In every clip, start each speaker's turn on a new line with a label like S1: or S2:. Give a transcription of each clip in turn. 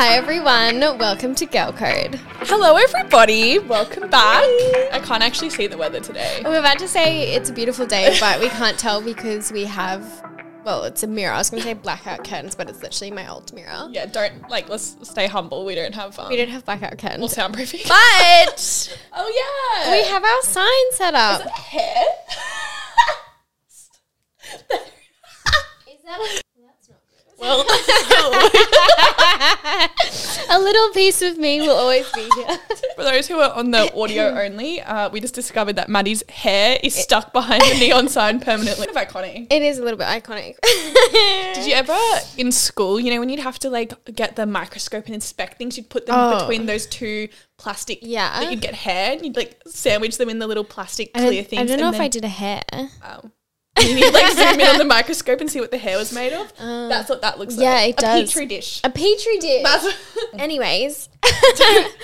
S1: Hi everyone, welcome to Girl Code.
S2: Hello, everybody. Welcome back. I can't actually see the weather today.
S1: I'm about to say it's a beautiful day, but we can't tell because we have, well, it's a mirror. I was going to say blackout curtains, but it's literally my old mirror.
S2: Yeah, don't like. Let's stay humble. We don't have um,
S1: We don't have blackout curtains.
S2: soundproofing.
S1: But
S2: oh yeah,
S1: we have our sign set up.
S2: hair.
S1: Is that
S2: well,
S1: a, a little piece of me will always be here.
S2: for those who are on the audio only, uh, we just discovered that Maddie's hair is stuck behind the neon sign permanently. Kind of iconic.
S1: It is a little bit iconic.
S2: Did you ever in school, you know, when you'd have to like get the microscope and inspect things, you'd put them
S1: Oh.
S2: between those two plastic
S1: Yeah.
S2: that you'd get hair and you'd like sandwich them in the little plastic
S1: I don't,
S2: clear things.
S1: I don't know
S2: and
S1: if
S2: then-
S1: I did a hair.
S2: Wow. Um, You need like zoom in on the microscope and see what the hair was made of. That's what that looks
S1: Uh, yeah,
S2: like.
S1: it
S2: a
S1: does.
S2: petri dish.
S1: A petri dish.
S2: That's
S1: Anyways.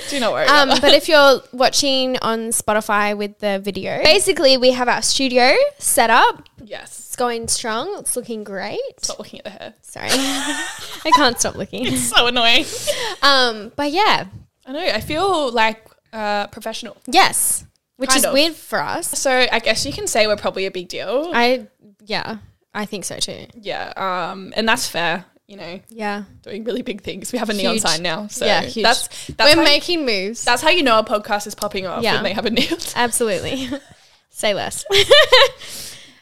S2: do not worry.
S1: Um,
S2: about
S1: but if you're watching on Spotify with the video, basically we have our studio set up.
S2: that. yes.
S1: It's going strong. It's looking great.
S2: Stop looking at the hair.
S1: Sorry, I can't stop looking.
S2: So annoying.
S1: Um, but yeah,
S2: I know. I feel like uh, professional.
S1: yes, which
S2: Kind
S1: is
S2: of.
S1: weird for us.
S2: So I guess you can say we're probably a big deal.
S1: I yeah, I think so too.
S2: yeah. Um, and that's fair. You know,
S1: Yeah,
S2: doing really big things. We have a neon
S1: Huge.
S2: sign now. So
S1: yeah, huge.
S2: that's that's
S1: we're
S2: how,
S1: making moves.
S2: that's how you know a podcast is popping off
S1: Yeah.
S2: when they have a neon. sign.
S1: Absolutely. Say less.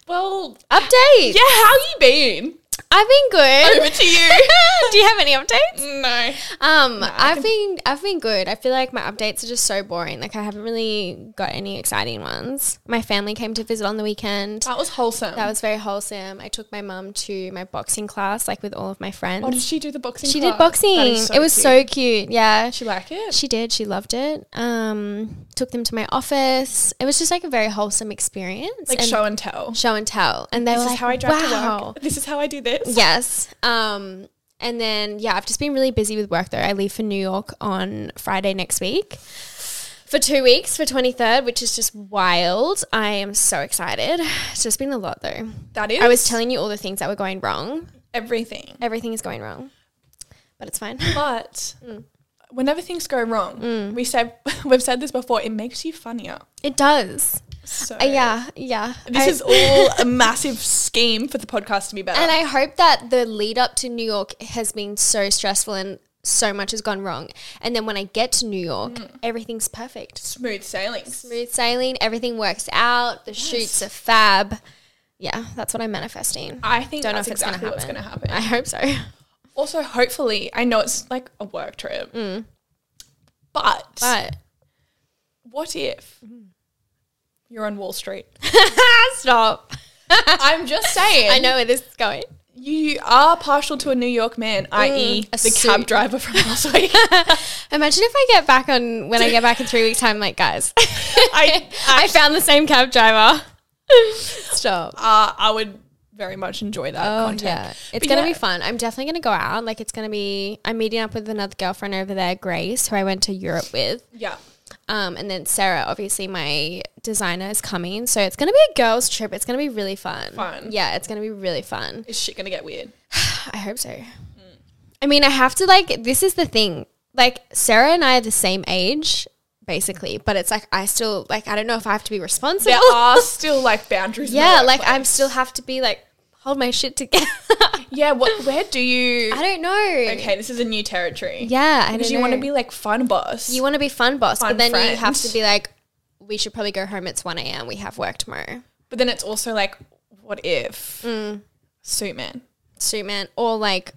S2: Well,
S1: Update.
S2: yeah. How you been?
S1: I've been
S2: Over
S1: good.
S2: to you. Mm.
S1: Do you have any updates?
S2: no.
S1: Um, I've been I've been good. I feel like my updates are just so boring. Like I haven't really got any exciting ones. My family came to visit on the weekend.
S2: That was wholesome.
S1: That was very wholesome. I took my mum to my boxing class, like with all of my friends.
S2: Oh, did she do the boxing?
S1: she
S2: class?
S1: did boxing.
S2: That is
S1: it was
S2: cute.
S1: so cute. Yeah.
S2: Did she like it?
S1: She did. She loved it. Um, took them to my office. It was just like a very wholesome experience.
S2: Like
S1: and
S2: show and tell.
S1: show and tell. And they
S2: This
S1: were
S2: is
S1: like,
S2: how I drive
S1: wow.
S2: to work. This is how I do this.
S1: Yes. Um, and then yeah, I've just been really busy with work though. I leave for New York on Friday next week for two weeks for 23rd, which is just wild. I am so excited. It's just been a lot though.
S2: That is.
S1: I was telling you all the things that were going wrong.
S2: everything.
S1: Everything is going wrong, but it's fine.
S2: But
S1: Mm.
S2: whenever things go wrong, we said we've said this before. It makes you funnier.
S1: It does.
S2: So
S1: Uh, yeah, yeah.
S2: This
S1: I-
S2: is all a massive scheme for the podcast to be better.
S1: And I hope that the lead up to New York has been so stressful and so much has gone wrong. And then when I get to New York, everything's perfect.
S2: Smooth sailing.
S1: smooth sailing. Everything works out. The shoots are fab. Yeah, that's what I'm manifesting. I
S2: I think
S1: don't know
S2: that's
S1: if it's
S2: exactly
S1: gonna
S2: what's
S1: happen.
S2: going to happen.
S1: hope so.
S2: also, hopefully, I know it's like a work trip, but,
S1: Mm. But Mm.
S2: what if you're on Wall Street?
S1: Ah, stop.
S2: I'm just saying.
S1: I know where this is going.
S2: You are partial to a New York man, i.e.,
S1: Mm, a
S2: the cab
S1: suit.
S2: driver from last week.
S1: Imagine if I get back on when I get back in three weeks' time, like guys,
S2: I,
S1: I found the same cab driver. stop.
S2: uh, I would very much enjoy that
S1: Oh,
S2: content.
S1: It's
S2: But
S1: gonna
S2: yeah.
S1: be fun. I'm definitely gonna go out. Like it's gonna be I'm meeting up with another girlfriend over there, Grace, who I went to Europe with.
S2: Yeah.
S1: Um, and then Sarah, obviously my designer, is coming. So it's going to be a girls' trip. It's going to be really fun.
S2: Fun.
S1: Yeah, it's going to be really fun.
S2: Is shit going to get weird?
S1: I hope so. I mean, I have to, like, this is the thing. Like, Sarah and I are the same age, basically, but it's like I still, like, I don't know if I have to be responsible.
S2: There are still like boundaries. in the
S1: yeah, like, I am
S2: workplace.
S1: still have to be, like, hold my shit together.
S2: Yeah, what, where do you.
S1: I don't know.
S2: Okay, this is a new territory.
S1: Yeah, I don't
S2: Because you want to
S1: know.
S2: be like fun boss.
S1: You want to be fun boss,
S2: Fun
S1: but then you have
S2: friend.
S1: to be like, we should probably go home. It's 1 a.m. We have work tomorrow.
S2: but then it's also like, what if?
S1: Mm.
S2: Suit man.
S1: Suit Man or like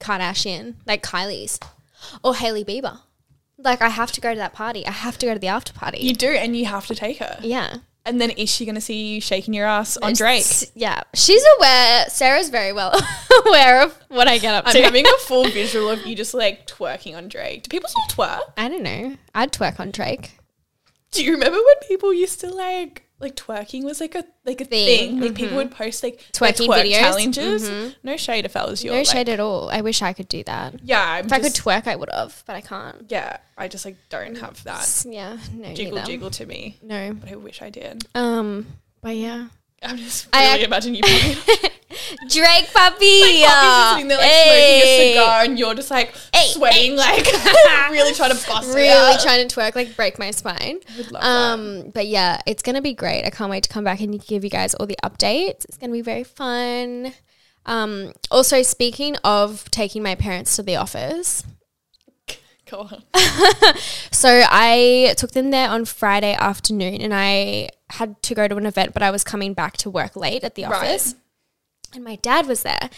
S1: Kardashian, like Kylie's or Hailey Bieber. Like I have to go to that party. I have to go to the after party.
S2: You do, and you have to take her.
S1: yeah.
S2: And then is she going to see you shaking your ass on Drake?
S1: S- yeah. She's aware Sarah's very well aware of what I get up
S2: I'm
S1: to.
S2: having a full visual of you just like twerking on Drake. Do people still twerk?
S1: I don't know. I'd twerk on Drake.
S2: Do you remember when people used to like like twerking was like a like a thing?
S1: Thing.
S2: Like people would post like their
S1: Twerking
S2: twerk
S1: videos? Mm-hmm.
S2: challenges. No shade if that was your
S1: No
S2: like-
S1: shade at all. I wish I could do that. If
S2: Yeah, I'm
S1: I
S2: just,
S1: could twerk I would have, but I can't.
S2: yeah, I just like don't have that
S1: S- Yeah, no.
S2: jiggle
S1: neither.
S2: jiggle to me.
S1: No.
S2: But I wish I did.
S1: Um but yeah.
S2: I'm just
S1: I
S2: really
S1: ac-
S2: imagine you. Probably,
S1: Drake puppy.
S2: Poppy's sitting there like
S1: Hey.
S2: smoking a cigar, and you're just like
S1: Hey,
S2: sweating, like really trying to bust it
S1: Really
S2: out.
S1: trying to twerk, like break my spine.
S2: love
S1: um, but yeah, it's gonna be great. I can't wait to come back and give you guys all the updates. It's gonna be very fun. Um, also speaking of taking my parents to the office,
S2: Go on.
S1: So I took them there on Friday afternoon and I had to go to an event, but I was coming back to work late at the
S2: Right.
S1: office. And my dad was there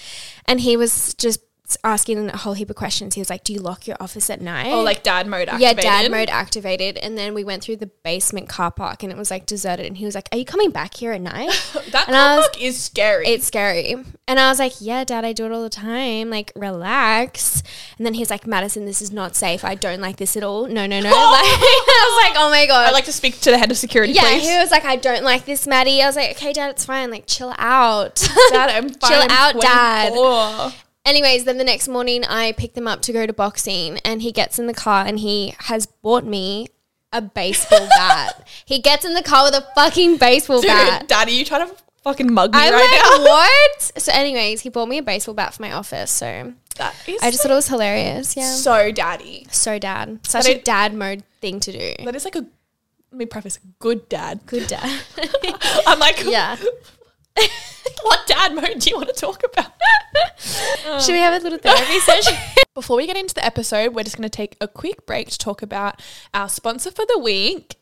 S1: and he was just asking a whole heap of questions. He was like, Do you lock your office at night?
S2: Oh, like dad mode
S1: yeah,
S2: activated.
S1: dad mode activated. And then we went through the basement car park and it was like deserted. And he was like, Are you coming back here at night?
S2: That
S1: And I
S2: car
S1: was-
S2: park is scary.
S1: it's scary. And I was like, yeah, dad, I do it all the time. Like, relax. And then he's like, Madison, this is not safe. I don't like this at all. No, no, no. Like, I was like, oh my God.
S2: I'd like to speak to the head of security,
S1: yeah,
S2: please.
S1: he was like, I don't like this, Maddie. I was like, okay, dad, it's fine. Like, chill out.
S2: Dad, I'm fine.
S1: Chill
S2: I'm
S1: out, Dad.
S2: 24.
S1: Anyways, then the next morning I pick them up to go to boxing and he gets in the car and he has bought me a baseball bat. He gets in the car with a fucking baseball
S2: Dude,
S1: bat.
S2: Dad, are you trying to fucking mug me
S1: I'm
S2: right
S1: like,
S2: now?
S1: what? So, anyways, he bought me a baseball bat for my office. So
S2: That is
S1: I just thought it was hilarious. Yeah.
S2: so daddy.
S1: So dad. Such
S2: But
S1: a
S2: it-
S1: dad mode thing to do.
S2: That is like a, let me preface, good dad.
S1: Good dad.
S2: I'm like,
S1: yeah.
S2: what dad mode do you want to talk about?
S1: Should we have a little therapy session?
S2: Before we get into the episode, we're just going to take a quick break to talk about our sponsor for the week,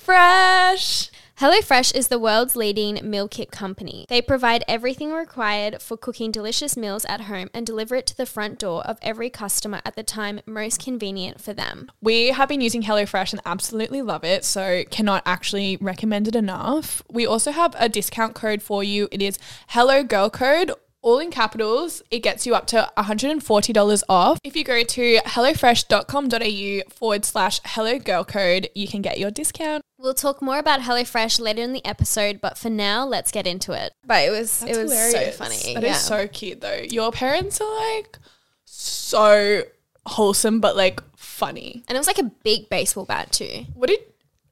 S2: HelloFresh.
S1: HelloFresh is the world's leading meal kit company. They provide everything required for cooking delicious meals at home and deliver it to the front door of every customer at the time most convenient for them.
S2: We have been using HelloFresh and absolutely love it, so cannot actually recommend it enough. We also have a discount code for you. It is Hello Girl Code, all in capitals. It gets you up to $140 off. If you go to hellofresh.com.au forward slash Hello Girl Code, you can get your discount.
S1: We'll talk more about HelloFresh later in the episode, but for now, let's get into it. But it was it was so funny.
S2: That is
S1: yeah.
S2: so cute, though. Your parents are like so wholesome, but like funny.
S1: and it was like a big baseball bat too.
S2: What did?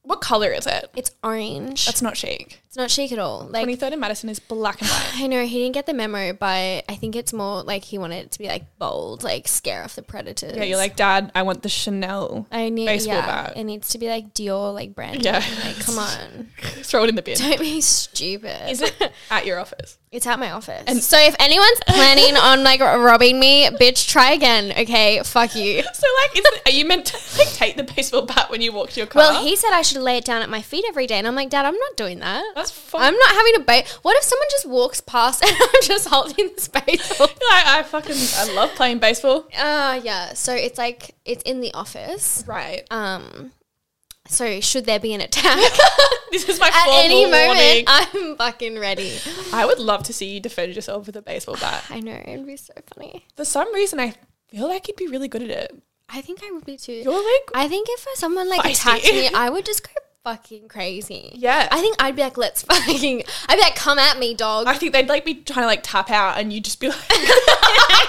S2: What color is it?
S1: It's orange.
S2: That's not chic.
S1: it's not chic at all. Like
S2: 23rd and Madison is black and white.
S1: I know he didn't get the memo, but I think it's more like he wanted it to be like bold, like scare off the predators.
S2: Yeah, you're like, Dad, I want the Chanel.
S1: I need
S2: baseball
S1: yeah,
S2: bat.
S1: It needs to be like Dior, like brand.
S2: Yeah.
S1: Like, come on,
S2: Throw it in the bin.
S1: don't be stupid.
S2: Is it at your office?
S1: It's at my office. so if anyone's planning on like robbing me, bitch, try again. Okay, fuck you.
S2: So like, is it, are you meant to like take the baseball bat when you walk to your car?
S1: Well, he said I should lay it down at my feet every day, and I'm like, Dad, I'm not doing that.
S2: that's fucking.
S1: I'm not having a bait. What if someone just walks past and I'm just holding this baseball?
S2: like, I fucking I love playing baseball.
S1: Uh yeah. So it's like it's in the office.
S2: Right.
S1: Um so should there be an attack
S2: this is my
S1: at
S2: formal
S1: any moment,
S2: warning.
S1: I'm fucking ready.
S2: I would love to see you defend yourself with a baseball bat.
S1: I know, it'd be so funny.
S2: For some reason, I feel like you'd be really good at it.
S1: I think I would be too.
S2: You're like,
S1: I think if someone like
S2: Feisty.
S1: attacked me, I would just go fucking crazy.
S2: yeah.
S1: I think I'd be like, let's fucking I'd be like, come at me, dog.
S2: I think they'd like be trying to like tap out, and you'd just be like,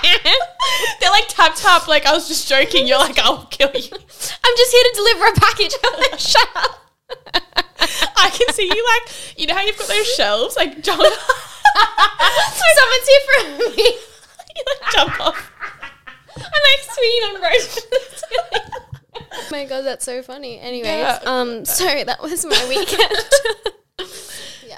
S2: they're like tap tap. Like I was just joking. You're like, I'll kill you.
S1: I'm just here to deliver a package. Like, Shut up.
S2: I can see you like you know how you've got those shelves like jump, you,
S1: Someone's here for me.
S2: like, jump off. I'm like swinging on ropes.
S1: Oh my god, that's so funny. Anyways,
S2: Yeah.
S1: um, so that was my weekend.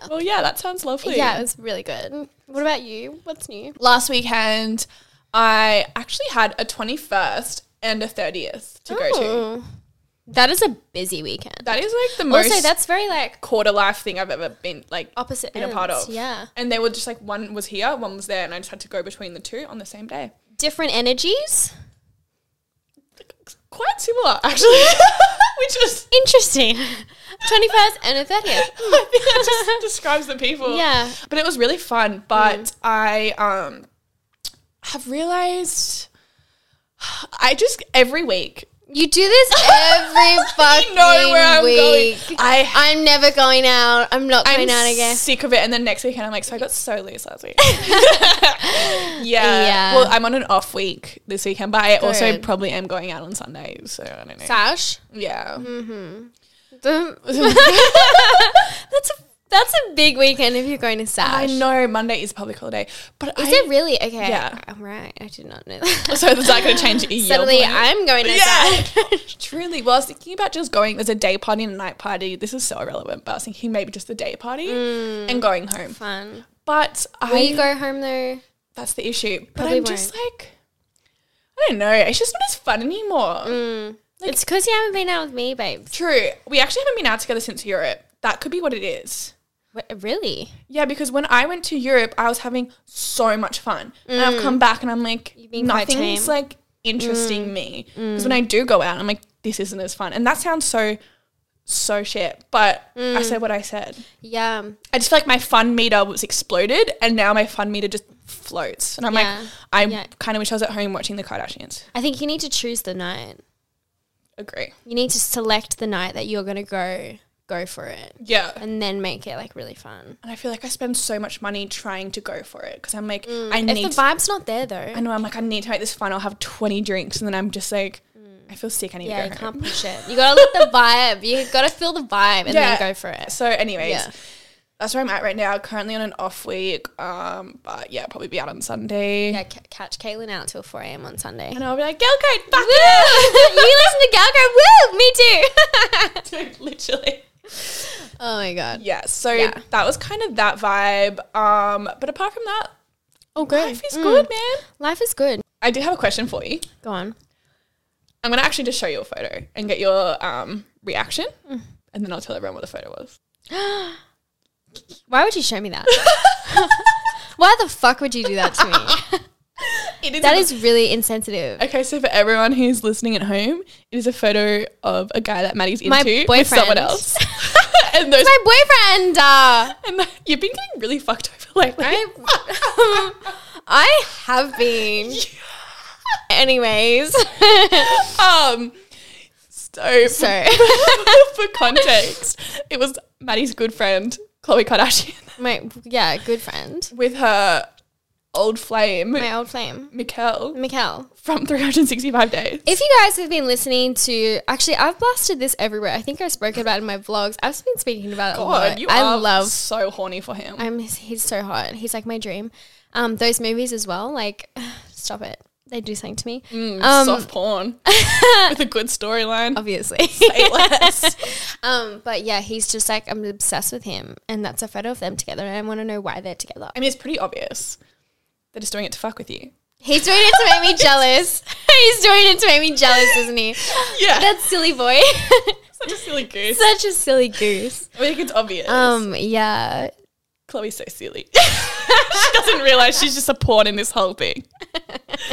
S2: well, yeah, that sounds lovely.
S1: yeah, it was really good. What about you? What's new?
S2: Last weekend, I actually had a 21st and a 30th to go to.
S1: Oh. That is a busy weekend.
S2: That is like the most
S1: also, that's very like
S2: quarter life thing I've ever been like
S1: opposite
S2: been
S1: ends.
S2: a part of.
S1: Yeah,
S2: And they were just like one was here, one was there, and I just had to go between the two on the same day.
S1: different energies.
S2: Quite similar, actually. Which was
S1: Interesting. Twenty first and a thirtieth.
S2: I think that just describes the people.
S1: Yeah.
S2: But it was really fun. But
S1: Mm.
S2: I um have realized I just every week
S1: You do this every fucking
S2: you know where I'm
S1: week.
S2: going. I
S1: I'm never going out. I'm not going out again.
S2: sick of it. And then next weekend, I'm like, so I got so loose last week. yeah.
S1: Yeah.
S2: Well, I'm on an off week this weekend, but I also
S1: Good.
S2: probably am going out on Sunday. So I don't know.
S1: Sash. Mm-hmm.
S2: yeah.
S1: That's a That's a big weekend if you're going to
S2: I
S1: Sash.
S2: know Monday is a public holiday, but
S1: Is
S2: I,
S1: it really? Okay.
S2: Yeah.
S1: All right. I did not know that.
S2: so is that going to change? your
S1: Suddenly
S2: plan?
S1: I'm going to
S2: Yeah.
S1: Sash.
S2: Truly. Well, I was thinking about just going. There's a day party and a night party. This is so irrelevant, but I was thinking maybe just the day party and going home.
S1: Fun.
S2: But
S1: Will
S2: I
S1: Mm. you go home though?
S2: that's the issue. But
S1: Probably
S2: I'm just like, I don't know. It's just not as fun anymore.
S1: Mm. it's because you haven't been out with me, babes.
S2: True. We actually haven't been out together since Europe. That could be what it is.
S1: What, really?
S2: Yeah, because when I went to Europe, I was having so much fun, and I've come back and I'm like,
S1: Mm. been quite
S2: nothing's
S1: tame. Mm.
S2: like interesting me. Because when I do go out, I'm like, this isn't as fun, and that sounds so, so shit. But
S1: Mm.
S2: I said what I said.
S1: Yeah.
S2: I just feel like my fun meter was exploded, and now my fun meter just floats, and I'm
S1: Yeah.
S2: like, I
S1: Yeah.
S2: kind of wish I was at home watching the Kardashians.
S1: I think you need to choose the night.
S2: Agree.
S1: You need to select the night that you're going to go go for it
S2: Yeah.
S1: and then make it like really fun.
S2: And I feel like I spend so much money trying to go for it because I'm like, I
S1: Mm. If
S2: need
S1: the vibe's not there though,
S2: I know I'm like, I need to make this fun. I'll have 20 drinks. And then I'm just like, I feel sick. I need
S1: Mm. yeah, you
S2: to go home.
S1: can't push it. You got to let the vibe. You got to feel the vibe and
S2: Yeah.
S1: then go for it.
S2: So, anyways,
S1: Yeah.
S2: that's where I'm at right now. Currently on an off week. Um, But yeah, probably be out on Sunday.
S1: Yeah, ca- catch Caitlin out till 4 a.m. on Sunday.
S2: And I'll be like, girl code, fuck
S1: Woo! you listen to Gal Girl, woo! Me too!
S2: it. Literally.
S1: oh my god.
S2: Yeah. So
S1: Yeah.
S2: that was kind of that vibe. Um, But apart from that,
S1: Oh, good.
S2: life is good, man.
S1: Life is good.
S2: I do have a question for you.
S1: Go on.
S2: I'm going to actually just show you a photo and get your um, reaction.
S1: Mm.
S2: And then I'll tell everyone what the photo was.
S1: Why would you show me that? Why the fuck would you do that to me?
S2: It is
S1: That
S2: a-
S1: is really insensitive.
S2: Okay, so for everyone who's listening at home, it is a photo of a guy that Maddie's into
S1: My
S2: with someone
S1: boyfriend.
S2: else. and those,
S1: My boyfriend. Uh,
S2: and the- you've been getting really fucked over lately.
S1: I, I have been. Anyways,
S2: Um, so,
S1: so
S2: for context, it was Maddie's good friend Chloe Kardashian
S1: my yeah, good friend,
S2: with her old flame
S1: my old flame,
S2: Mikkel
S1: Mikkel.
S2: from 365 Days.
S1: If you guys have been listening to, actually, I've blasted this everywhere. I think I've spoken about it in my vlogs. I've been speaking about it a lot.
S2: God, you
S1: I
S2: are
S1: love
S2: so horny for him.
S1: I'm he's so hot. He's like my dream. Um, those movies as well. Like, stop it. They do something to me.
S2: Mm,
S1: um,
S2: Soft porn with a good storyline.
S1: obviously.
S2: Say less.
S1: um, but yeah, he's just like I'm obsessed with him, and that's a photo of them together, and I want to know why they're together.
S2: I mean, it's pretty obvious. They're just doing it to fuck with you.
S1: He's doing it to make me jealous. he's doing it to make me jealous, isn't he?
S2: Yeah.
S1: That silly boy.
S2: such a silly goose.
S1: Such a silly goose.
S2: I think it's obvious.
S1: Um, yeah.
S2: Chloe's so silly. she doesn't realize she's just a pawn in this whole thing.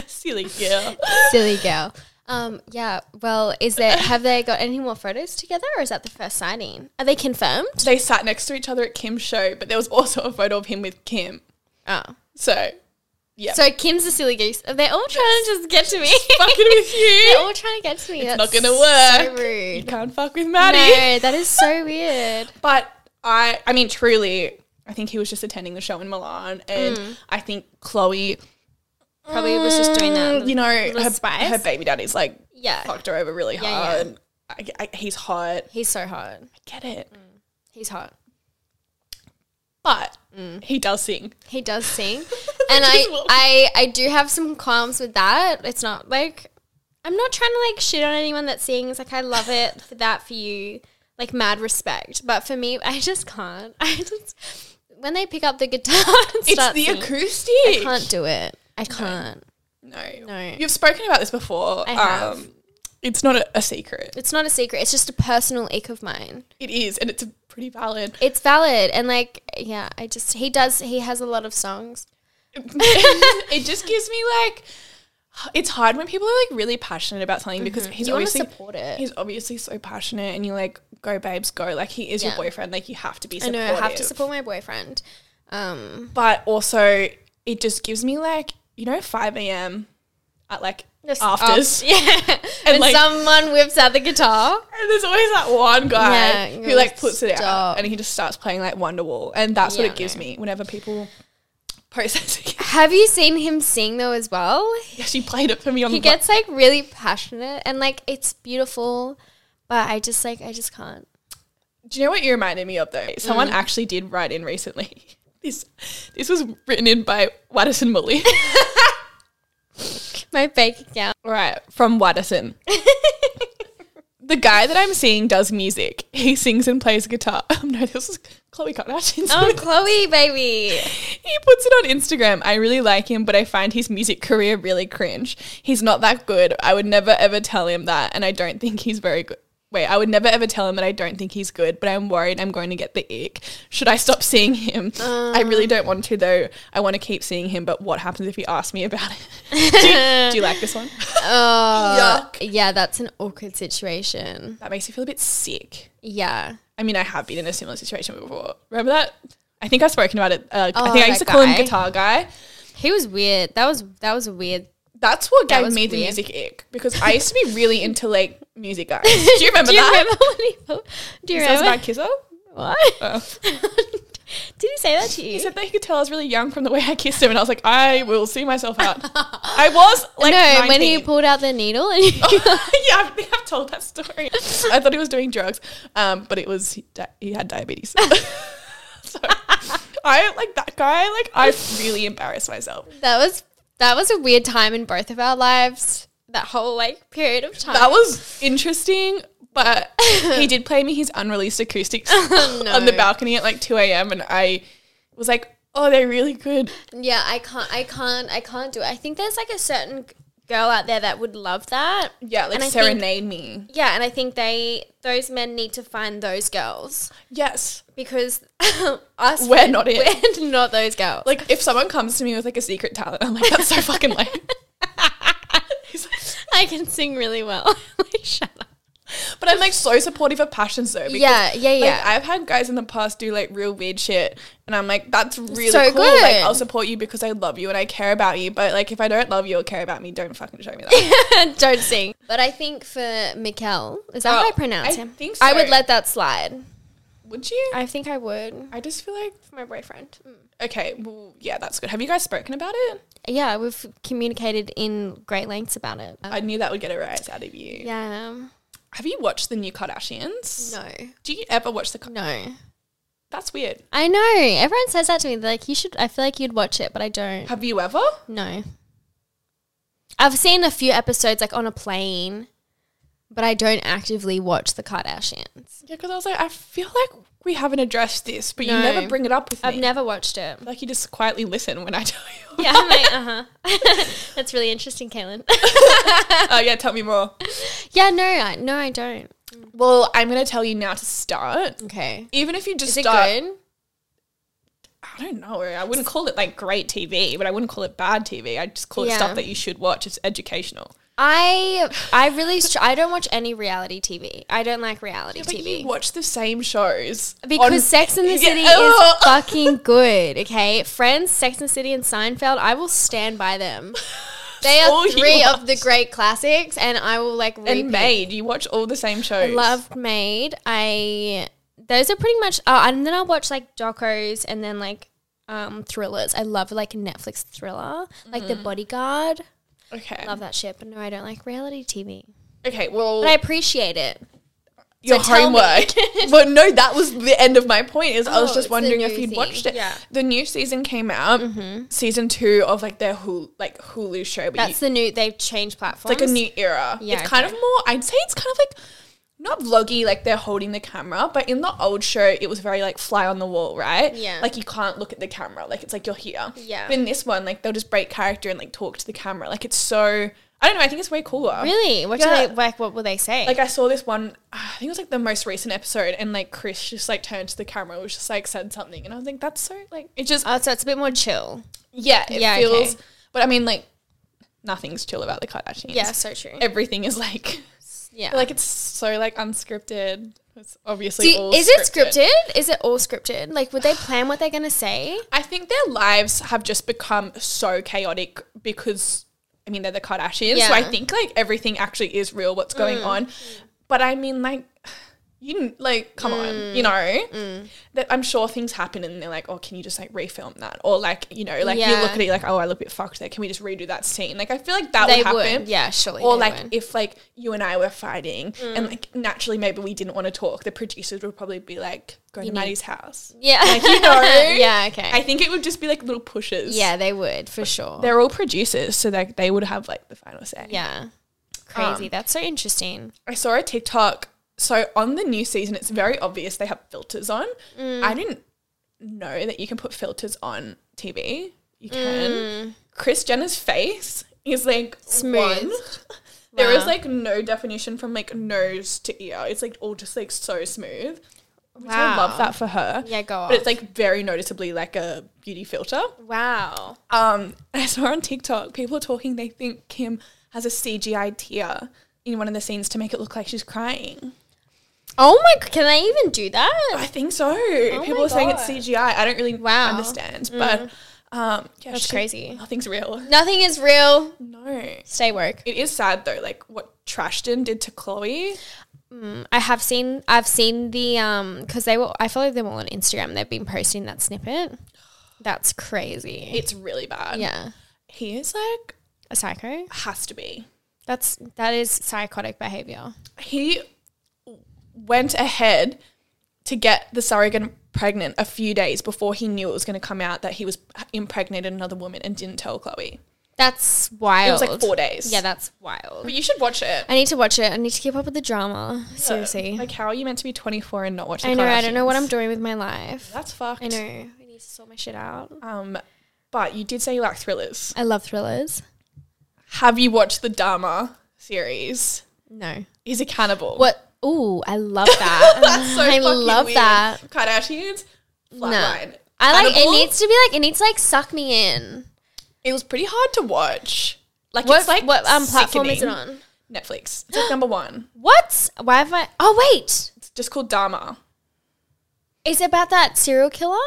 S2: silly girl.
S1: Silly girl. Um, yeah. Well, is there have they got any more photos together or is that the first sighting? Are they confirmed?
S2: They sat next to each other at Kim's show, but there was also a photo of him with Kim.
S1: Oh.
S2: So,
S1: So Kim's the silly goose. They're all trying to just get to me.
S2: fucking with
S1: They're
S2: you.
S1: all trying to get to me. It's
S2: not gonna work.
S1: So
S2: You
S1: rude.
S2: can't fuck with
S1: No,
S2: Maddie.
S1: that is so weird.
S2: But I, I mean, truly, I think he was just attending the show in Milan, and
S1: Mm.
S2: I think Chloe,
S1: Probably was just doing that.
S2: you know, her,
S1: spice.
S2: her baby daddy's like
S1: Yeah.
S2: fucked her over really
S1: Yeah, yeah.
S2: hard. I, I, he's hot.
S1: He's so hot.
S2: Get it.
S1: Mm. He's hot.
S2: But
S1: Mm.
S2: he does sing.
S1: He does sing. and
S2: is
S1: I,
S2: what-
S1: I I do have some qualms with that. It's not like I'm not trying to like shit on anyone that sings. Like I love it for that for you. Like mad respect. But for me, I just can't. I just when they pick up the guitar and
S2: It's
S1: start
S2: the
S1: singing,
S2: acoustic.
S1: I can't do it. I can't.
S2: No.
S1: No.
S2: You've spoken about this before. Um,
S1: I have.
S2: it's not a, a secret.
S1: It's not a secret. It's just a personal ache of mine.
S2: It is, and it's a pretty valid.
S1: It's valid and like yeah, I just he does he has a lot of songs.
S2: it just gives me like it's hard when people are like really passionate about something because he's
S1: Mm-hmm. You want to
S2: obviously
S1: support it.
S2: he's obviously so passionate and you're like, go babes, go. Like he is
S1: Yeah.
S2: your boyfriend. Like you have to be
S1: I know
S2: supportive.
S1: I have to support my boyfriend. Um
S2: But also it just gives me like, you know, five AM at like
S1: Just
S2: afters.
S1: aft- yeah. when
S2: like-
S1: someone whips out the guitar.
S2: And there's always that one guy
S1: Yeah,
S2: who
S1: you're
S2: like
S1: like,
S2: puts it out
S1: "Stop."
S2: and he just starts playing like Wonderwall, and that's
S1: Yeah,
S2: what it gives
S1: no.
S2: me whenever people process. it.
S1: Have you seen him sing though as well?
S2: yeah, she played it for me on
S1: He
S2: the
S1: gets like really passionate and like it's beautiful, but I just like I just can't.
S2: Do you know what you reminded me of though? Someone actually did write in recently. This this was written in by Waddison Mully.
S1: My bank account.
S2: right, from Waddison. the guy that I'm seeing does music. He sings and plays guitar. Um, no, this was Chloe Kardashian.
S1: Oh, Chloe, baby.
S2: He puts it on Instagram. I really like him, but I find his music career really cringe. He's not that good. I would never ever tell him that, and I don't think he's very good. Wait, I would never ever tell him that I don't think he's good, but I'm worried I'm going to get the ick. Should I stop seeing him? I really don't want to though. I want to keep seeing him, but what happens if he asks me about it? do, you, do you like this one?
S1: Oh, yeah, that's an awkward situation.
S2: That makes you feel a bit sick.
S1: Yeah.
S2: I mean, I have been in a similar situation before. Remember that? I think I've spoken about it. Uh, I
S1: Oh,
S2: think
S1: that
S2: I used to call
S1: guy.
S2: him Guitar Guy.
S1: He was weird. That was that was a weird.
S2: That's what
S1: That
S2: gave
S1: was
S2: me the
S1: weird.
S2: music ick because I used to be really into like music guys. Do you remember
S1: Do you
S2: that?
S1: remember what he? Do you
S2: He says
S1: remember
S2: about Kizzo.
S1: what?
S2: Oh.
S1: Did he say that to
S2: He
S1: you?
S2: said that he could tell I was really young from the way I kissed him, and I was like, I will see myself out. I was like,
S1: no, when he
S2: 19.
S1: pulled out the needle and you
S2: yeah, I think I've told that story. I thought he was doing drugs, um, but it was he, di- he had diabetes. so I like that guy. Like I really embarrassed myself.
S1: that was that was a weird time in both of our lives. That whole like period of time.
S2: That was interesting, but he did play me his unreleased acoustics on the balcony at like 2 a.m. and I was like, oh, they're really good.
S1: yeah, I can't, I can't, I can't do it. I think there's like a certain girl out there that would love that.
S2: Yeah, like
S1: And I think-
S2: serenade me.
S1: Yeah, and I think they those men need to find those girls
S2: Yes.
S1: because us
S2: We're not it.
S1: We're not those girls.
S2: Like if someone comes to me with like a secret talent, I'm like, that's so fucking lame. He's like-
S1: I can sing really well. like, shut up.
S2: but I'm like so supportive of passions though. Because,
S1: Yeah, yeah,
S2: Like,
S1: yeah.
S2: I've had guys in the past do like real weird shit, and I'm like, that's really
S1: So
S2: cool. Like,
S1: good.
S2: I'll support you because I love you and I care about you. But like, if I don't love you or care about me, don't fucking show me that.
S1: Don't sing. But I think for Mikel, is that
S2: Oh,
S1: how I pronounce
S2: I
S1: him?
S2: think
S1: I would
S2: so.
S1: let that slide.
S2: Would you?
S1: I think I would
S2: I just feel like
S1: for my boyfriend. Mm.
S2: okay, well, yeah, that's good. Have you guys spoken about it?
S1: Yeah, we've communicated in great lengths about it.
S2: I knew that would get a rise out of you.
S1: yeah.
S2: Have you watched the new Kardashians?
S1: No.
S2: Do you ever watch the? Ka-
S1: No.
S2: That's weird.
S1: I know. Everyone says that to me. They're like, you should, I feel like you'd watch it, but I don't.
S2: Have you ever?
S1: No. I've seen a few episodes like on a plane, but I don't actively watch the Kardashians.
S2: Yeah, because I was like, I feel like we haven't addressed this, but you
S1: No.
S2: never bring it up with
S1: I've
S2: me.
S1: never watched it.
S2: like you just quietly listen when I tell you.
S1: Yeah, I'm like, uh huh. That's really interesting, Caitlin.
S2: Oh yeah, tell me more.
S1: yeah, no, I, no, I don't.
S2: Well, I'm gonna tell you now to start.
S1: Okay.
S2: Even if you just
S1: Is it
S2: start,
S1: good?
S2: I don't know. I wouldn't call it like great TV, but I wouldn't call it bad TV. I just call it
S1: Yeah.
S2: stuff that you should watch. It's educational.
S1: I I really str- I don't watch any reality TV. I don't like reality
S2: But
S1: TV.
S2: you watch the same shows on-
S1: Because Sex in the
S2: Yeah.
S1: City
S2: Ugh.
S1: is fucking good, okay? Friends, Sex and the City, and Seinfeld, I will stand by them. They
S2: That's all
S1: are
S2: you
S1: three of the great classics, and I will like
S2: and
S1: repeat.
S2: Made. You watch all the same shows.
S1: Loved Made. I those are pretty much. Oh, and then I watch like docos and then like um thrillers. I love like Netflix thriller, like
S2: Mm-hmm.
S1: The Bodyguard.
S2: Okay.
S1: Love that shit, but no, I don't like reality TV.
S2: Okay. Well,
S1: But I appreciate it.
S2: your
S1: tell me.
S2: homework. but no, that was the end of my point. Is I
S1: Oh,
S2: was
S1: it's
S2: just
S1: the
S2: wondering
S1: new
S2: if you'd
S1: thing.
S2: watched it.
S1: Yeah. Mm-hmm.
S2: The new season came out, season two of like their Hulu, like Hulu show, but you,
S1: That's the new. They've changed platforms.
S2: like a new era.
S1: Yeah,
S2: it's kind
S1: okay.
S2: of more. I'd say it's kind of like. Not vloggy, like they're holding the camera, but in the old show, it was very like fly on the wall, right?
S1: Yeah.
S2: Like you can't look at the camera, like it's like you're here.
S1: Yeah.
S2: But in this one, like they'll just break character and like talk to the camera. Like it's so, I don't know, I think it's way cooler.
S1: Really? What
S2: Yeah.
S1: do they like? What will they say?
S2: like I saw this one, I think it was like the most recent episode, and like Chris just like turned to the camera, was just like said something, and I was like, that's so like it just
S1: oh, so it's a bit more chill.
S2: yeah, it
S1: yeah,
S2: feels.
S1: okay.
S2: But I mean, like nothing's chill about the Kardashians.
S1: so true.
S2: everything is like
S1: Yeah.
S2: like it's so like unscripted. It's obviously
S1: Do you-
S2: all
S1: is it scripted? Is it all scripted? Like, would they plan what they're gonna say?
S2: I think their lives have just become so chaotic because I mean they're the Kardashians, so I
S1: Yeah. Mm.
S2: think like everything actually is real what's going on. But I mean like you didn't like come
S1: Mm.
S2: on you know that i'm sure things happen and they're like oh can you just like refilm that or like you know like you
S1: Yeah.
S2: look at it like oh i look a bit fucked there can we just redo that scene like i feel like that
S1: They
S2: would
S1: would.
S2: happen
S1: Yeah, surely.
S2: or
S1: they
S2: like
S1: would. Mm.
S2: if like you and i were fighting and like naturally maybe we didn't want to talk the producers would probably be like go to
S1: need-
S2: maddie's house
S1: yeah.
S2: like you know
S1: yeah, okay.
S2: i think it would just be like little pushes
S1: yeah, they would for sure.
S2: they're all producers so like they would have like um, the final say
S1: Yeah. Crazy. That's so interesting.
S2: I saw a TikTok. So on the new season, it's very obvious they have filters on.
S1: Mm.
S2: I didn't know that you can put filters on TV. You can. Chris Jenner's face is like one.
S1: Mm. Smooth.
S2: There is
S1: Wow.
S2: like no definition from like nose to ear. It's like all just like so smooth. Which I love
S1: Wow.
S2: that for her.
S1: Yeah, go on.
S2: But it's like very noticeably like a beauty filter.
S1: wow.
S2: Um, I saw on TikTok people talking they think Kim has a CGI tear in one of the scenes to make it look like she's crying.
S1: Oh my, g- can they even do that?
S2: I think so. People
S1: Oh my
S2: are saying it's
S1: God.
S2: CGI. I don't really
S1: Wow. Mm.
S2: understand, but um, yeah,
S1: That's
S2: she-
S1: crazy.
S2: Nothing's real.
S1: Nothing is real.
S2: No, it
S1: Stay woke.
S2: is sad though. Like what Trashton did to Chloe.
S1: I have seen, I've seen the, um, because they were, I follow them all on Instagram. They've been posting that snippet. That's crazy.
S2: It's really bad.
S1: yeah.
S2: he is like
S1: A psycho.
S2: has to be.
S1: That's, that is psychotic behavior.
S2: He went ahead to get the surrogate pregnant a few days before he knew it was going to come out that he was impregnated another woman and didn't tell Chloe.
S1: That's wild.
S2: It was like four days.
S1: Yeah, that's wild.
S2: but you should watch it.
S1: I need to watch it. I need to keep up with the drama. Seriously.
S2: Like, how are you meant to be 24 and not watch? The
S1: I know. I don't know what
S2: Kardashians?
S1: I'm doing with my life.
S2: That's fucked.
S1: I know. I need to sort my shit out.
S2: Um, but you did say you like thrillers.
S1: I love thrillers.
S2: Have you watched the Dharma series?
S1: No.
S2: He's a cannibal.
S1: What? Ooh, I love that.
S2: That's so
S1: I
S2: fucking
S1: love
S2: weird.
S1: that.
S2: Kardashians. Flatline.
S1: I like. It
S2: Cannibal?
S1: needs to be like. It needs to like suck me in.
S2: It was pretty hard to watch. Like
S1: What?
S2: it's like
S1: what um, platform is it
S2: sickening.
S1: on?
S2: Netflix. It's like number one.
S1: What? Why have I? Oh wait,
S2: It's just called Dharma.
S1: it's about that serial killer.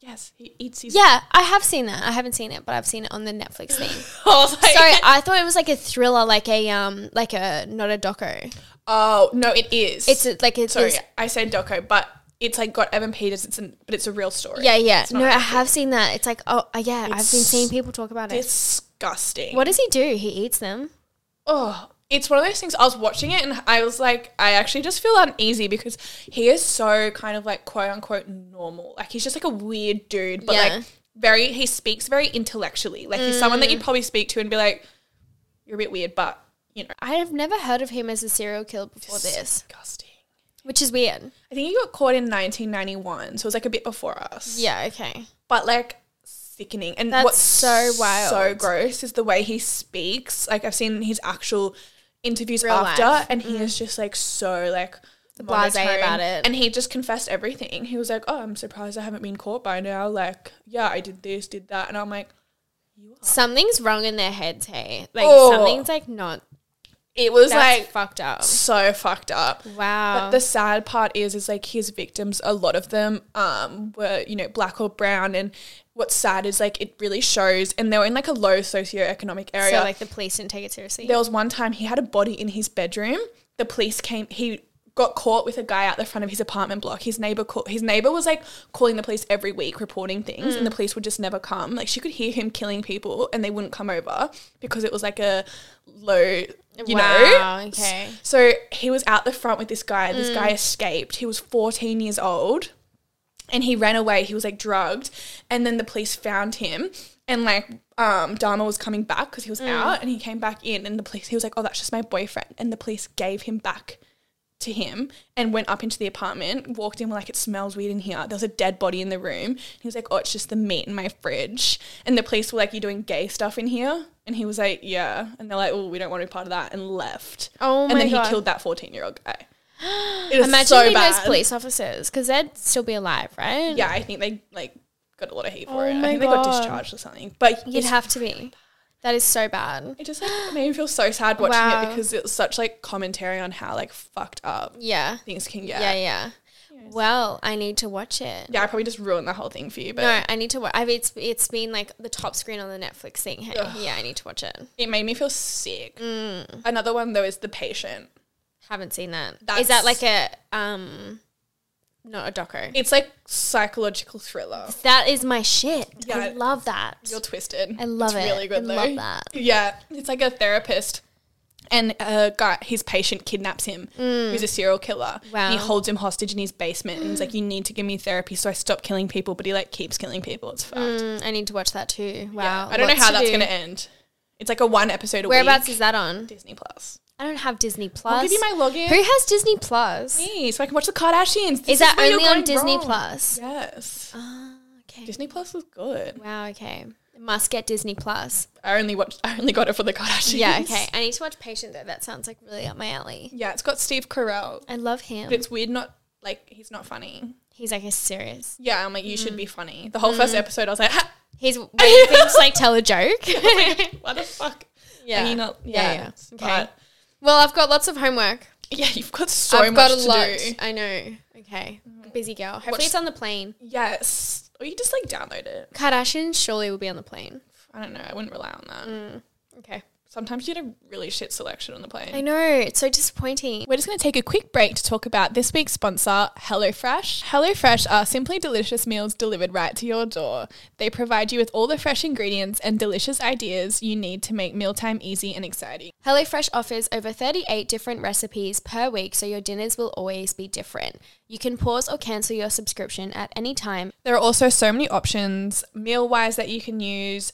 S2: Yes, he eats his.
S1: Yeah, I have seen that. I haven't seen it, but I've seen it on the Netflix thing.
S2: I was like-
S1: Sorry, I thought it was like a thriller, like a um, like a not a doco.
S2: Oh no, it is.
S1: It's a, like it's
S2: sorry. I said doco, but it's like got Evan Peters. It's an, but it's a real story.
S1: yeah, yeah. No,
S2: not
S1: I have seen that. It's like oh uh, yeah, I've been
S2: It's
S1: seeing people talk about it.
S2: disgusting.
S1: What does he do? He eats them.
S2: oh, it's one of those things. I was watching it and I was like, I actually just feel uneasy because he is so kind of like quote unquote normal. Like he's just like a weird dude, but
S1: Yeah. Mm.
S2: like very. He speaks very intellectually. Like he's someone that you'd probably speak to and be like, "You're a bit weird," but you know,
S1: I have never heard of him as a serial killer before this,
S2: disgusting.
S1: which is weird.
S2: I think he got caught in 1991, so it was like a bit before us.
S1: Yeah, okay.
S2: but like sickening. And
S1: That's
S2: what's
S1: so wild.
S2: so gross is the way he speaks. Like I've seen his actual interviews
S1: Real
S2: after,
S1: life.
S2: and he is just like so like
S1: Blasé
S2: monotone.
S1: about it.
S2: And he just confessed everything. He was like, "Oh, I'm surprised I haven't been caught by now. Like, yeah, I did this, did that," and I'm like,
S1: Something's wrong in their heads, hey. Like
S2: Oh.
S1: something's like not
S2: it was
S1: that's
S2: like
S1: fucked up.
S2: so fucked up.
S1: Wow.
S2: But the sad part is, is like his victims, a lot of them um, were, you know, black or brown. And what's sad is like it really shows, and they were in like a low socioeconomic area.
S1: so like the police didn't take it seriously.
S2: There was one time he had a body in his bedroom. The police came. He got caught with a guy out the front of his apartment block. His neighbor called. His neighbor was like calling the police every week, reporting things, and the
S1: Mm.
S2: police would just never come. Like she could hear him killing people, and they wouldn't come over because it was like a low, you
S1: Wow,
S2: know.
S1: okay. Mm.
S2: So he was out the front with this guy. This guy escaped. He was 14 years old and he ran away. He was like drugged, and then the police found him. And like, um, Dharma was coming back because he
S1: Mm.
S2: was out, and he came back in, and the police. He was like, "Oh, that's just my boyfriend," and the police gave him back to him and went up into the apartment. Walked in, were like, "It smells weird in here." There was a dead body in the room. He was like, "Oh, it's just the meat in my fridge." And the police were like, "You doing gay stuff in here?" And he was like, "Yeah," and they're like, "Oh, we don't want to be part of that," and left.
S1: Oh
S2: and
S1: my
S2: then
S1: God.
S2: he killed that fourteen-year-old guy. It was
S1: Imagine
S2: so
S1: being
S2: bad.
S1: those police officers, because they'd still be alive, right?
S2: Yeah, I think they like got a lot of hate for
S1: Oh
S2: it. I
S1: my
S2: think they got
S1: God.
S2: discharged or something. But
S1: You'd
S2: it's-
S1: have to be. That is so bad.
S2: it just like made me feel so sad watching
S1: Wow.
S2: it because it was such like commentary on how like fucked up
S1: Yeah.
S2: things can get.
S1: Yeah,
S2: Yeah,
S1: yeah. Well, I need to watch it.
S2: I probably just ruined the whole thing for you, but
S1: No, I need to watch. I've it's it's been like the top screen on the Netflix thing. Hey,
S2: Ugh.
S1: yeah, I need to watch it. Mm.
S2: it made me feel sick. Another one though is the patient.
S1: Haven't seen that. Is that
S2: That's-
S1: like a um, not a doco?
S2: It's like psychological thriller.
S1: that is my shit. I
S2: Yeah.
S1: love that.
S2: You're twisted.
S1: I love
S2: it's
S1: it.
S2: Really good
S1: I
S2: though.
S1: love that.
S2: Yeah, it's like a therapist. And a guy, his patient kidnaps him, who's a serial killer.
S1: Mm. Wow.
S2: And he holds him hostage in his basement, and he's like, "You need to give me therapy, so I stop killing people." But he like keeps killing people. It's fucked.
S1: Mm, I need to watch that too. Wow.
S2: Yeah, I don't know
S1: Lots
S2: how
S1: to
S2: that's
S1: do.
S2: going to end. It's like a one episode a
S1: Whereabouts
S2: week.
S1: is that on?
S2: Disney Plus?
S1: I don't have Disney Plus.
S2: I'll give you my login.
S1: Who has Disney Plus?
S2: Me, so I can watch the Kardashians. This
S1: Is that
S2: where you're
S1: only on
S2: going
S1: Disney
S2: wrong.
S1: Plus?
S2: Yes,
S1: Ah, okay.
S2: Disney Plus is good.
S1: Wow. Okay. Must get Disney Plus.
S2: I only watched. I only got it for the Kardashians.
S1: Yeah. Okay. I need to watch Patient though. That sounds like really up my alley.
S2: Yeah, it's got Steve Carell,
S1: I love him.
S2: but it's weird. Not like he's not funny.
S1: He's like a serious.
S2: Yeah, I'm like you should be
S1: Mm.
S2: funny. The whole first episode, I was like, ha,
S1: He's waiting for him to like tell a joke.
S2: what the fuck?
S1: yeah.
S2: Are you not?
S1: Yeah,
S2: Yeah.
S1: yeah.
S2: But-
S1: well, I've got lots of homework.
S2: yeah, you've got so
S1: I've
S2: much
S1: got a
S2: to
S1: lot.
S2: do. Mm-hmm.
S1: I know. Okay. Busy girl. Hopefully
S2: Watch-
S1: it's on the plane.
S2: Yes, or you just like download it.
S1: Kardashian surely will be on the plane.
S2: I don't know. I wouldn't rely on that.
S1: Mm. Okay.
S2: Sometimes you get a really shit selection on the plane.
S1: I know. It's so disappointing.
S2: We're just going to take a quick break to talk about this week's sponsor, HelloFresh. HelloFresh are simply delicious meals delivered right to your door. They provide you with all the fresh ingredients and delicious ideas you need to make mealtime easy and exciting.
S1: HelloFresh offers over 38 different recipes per week, so your dinners will always be different. You can pause or cancel your subscription at any time.
S2: There are also so many options meal wise that you can use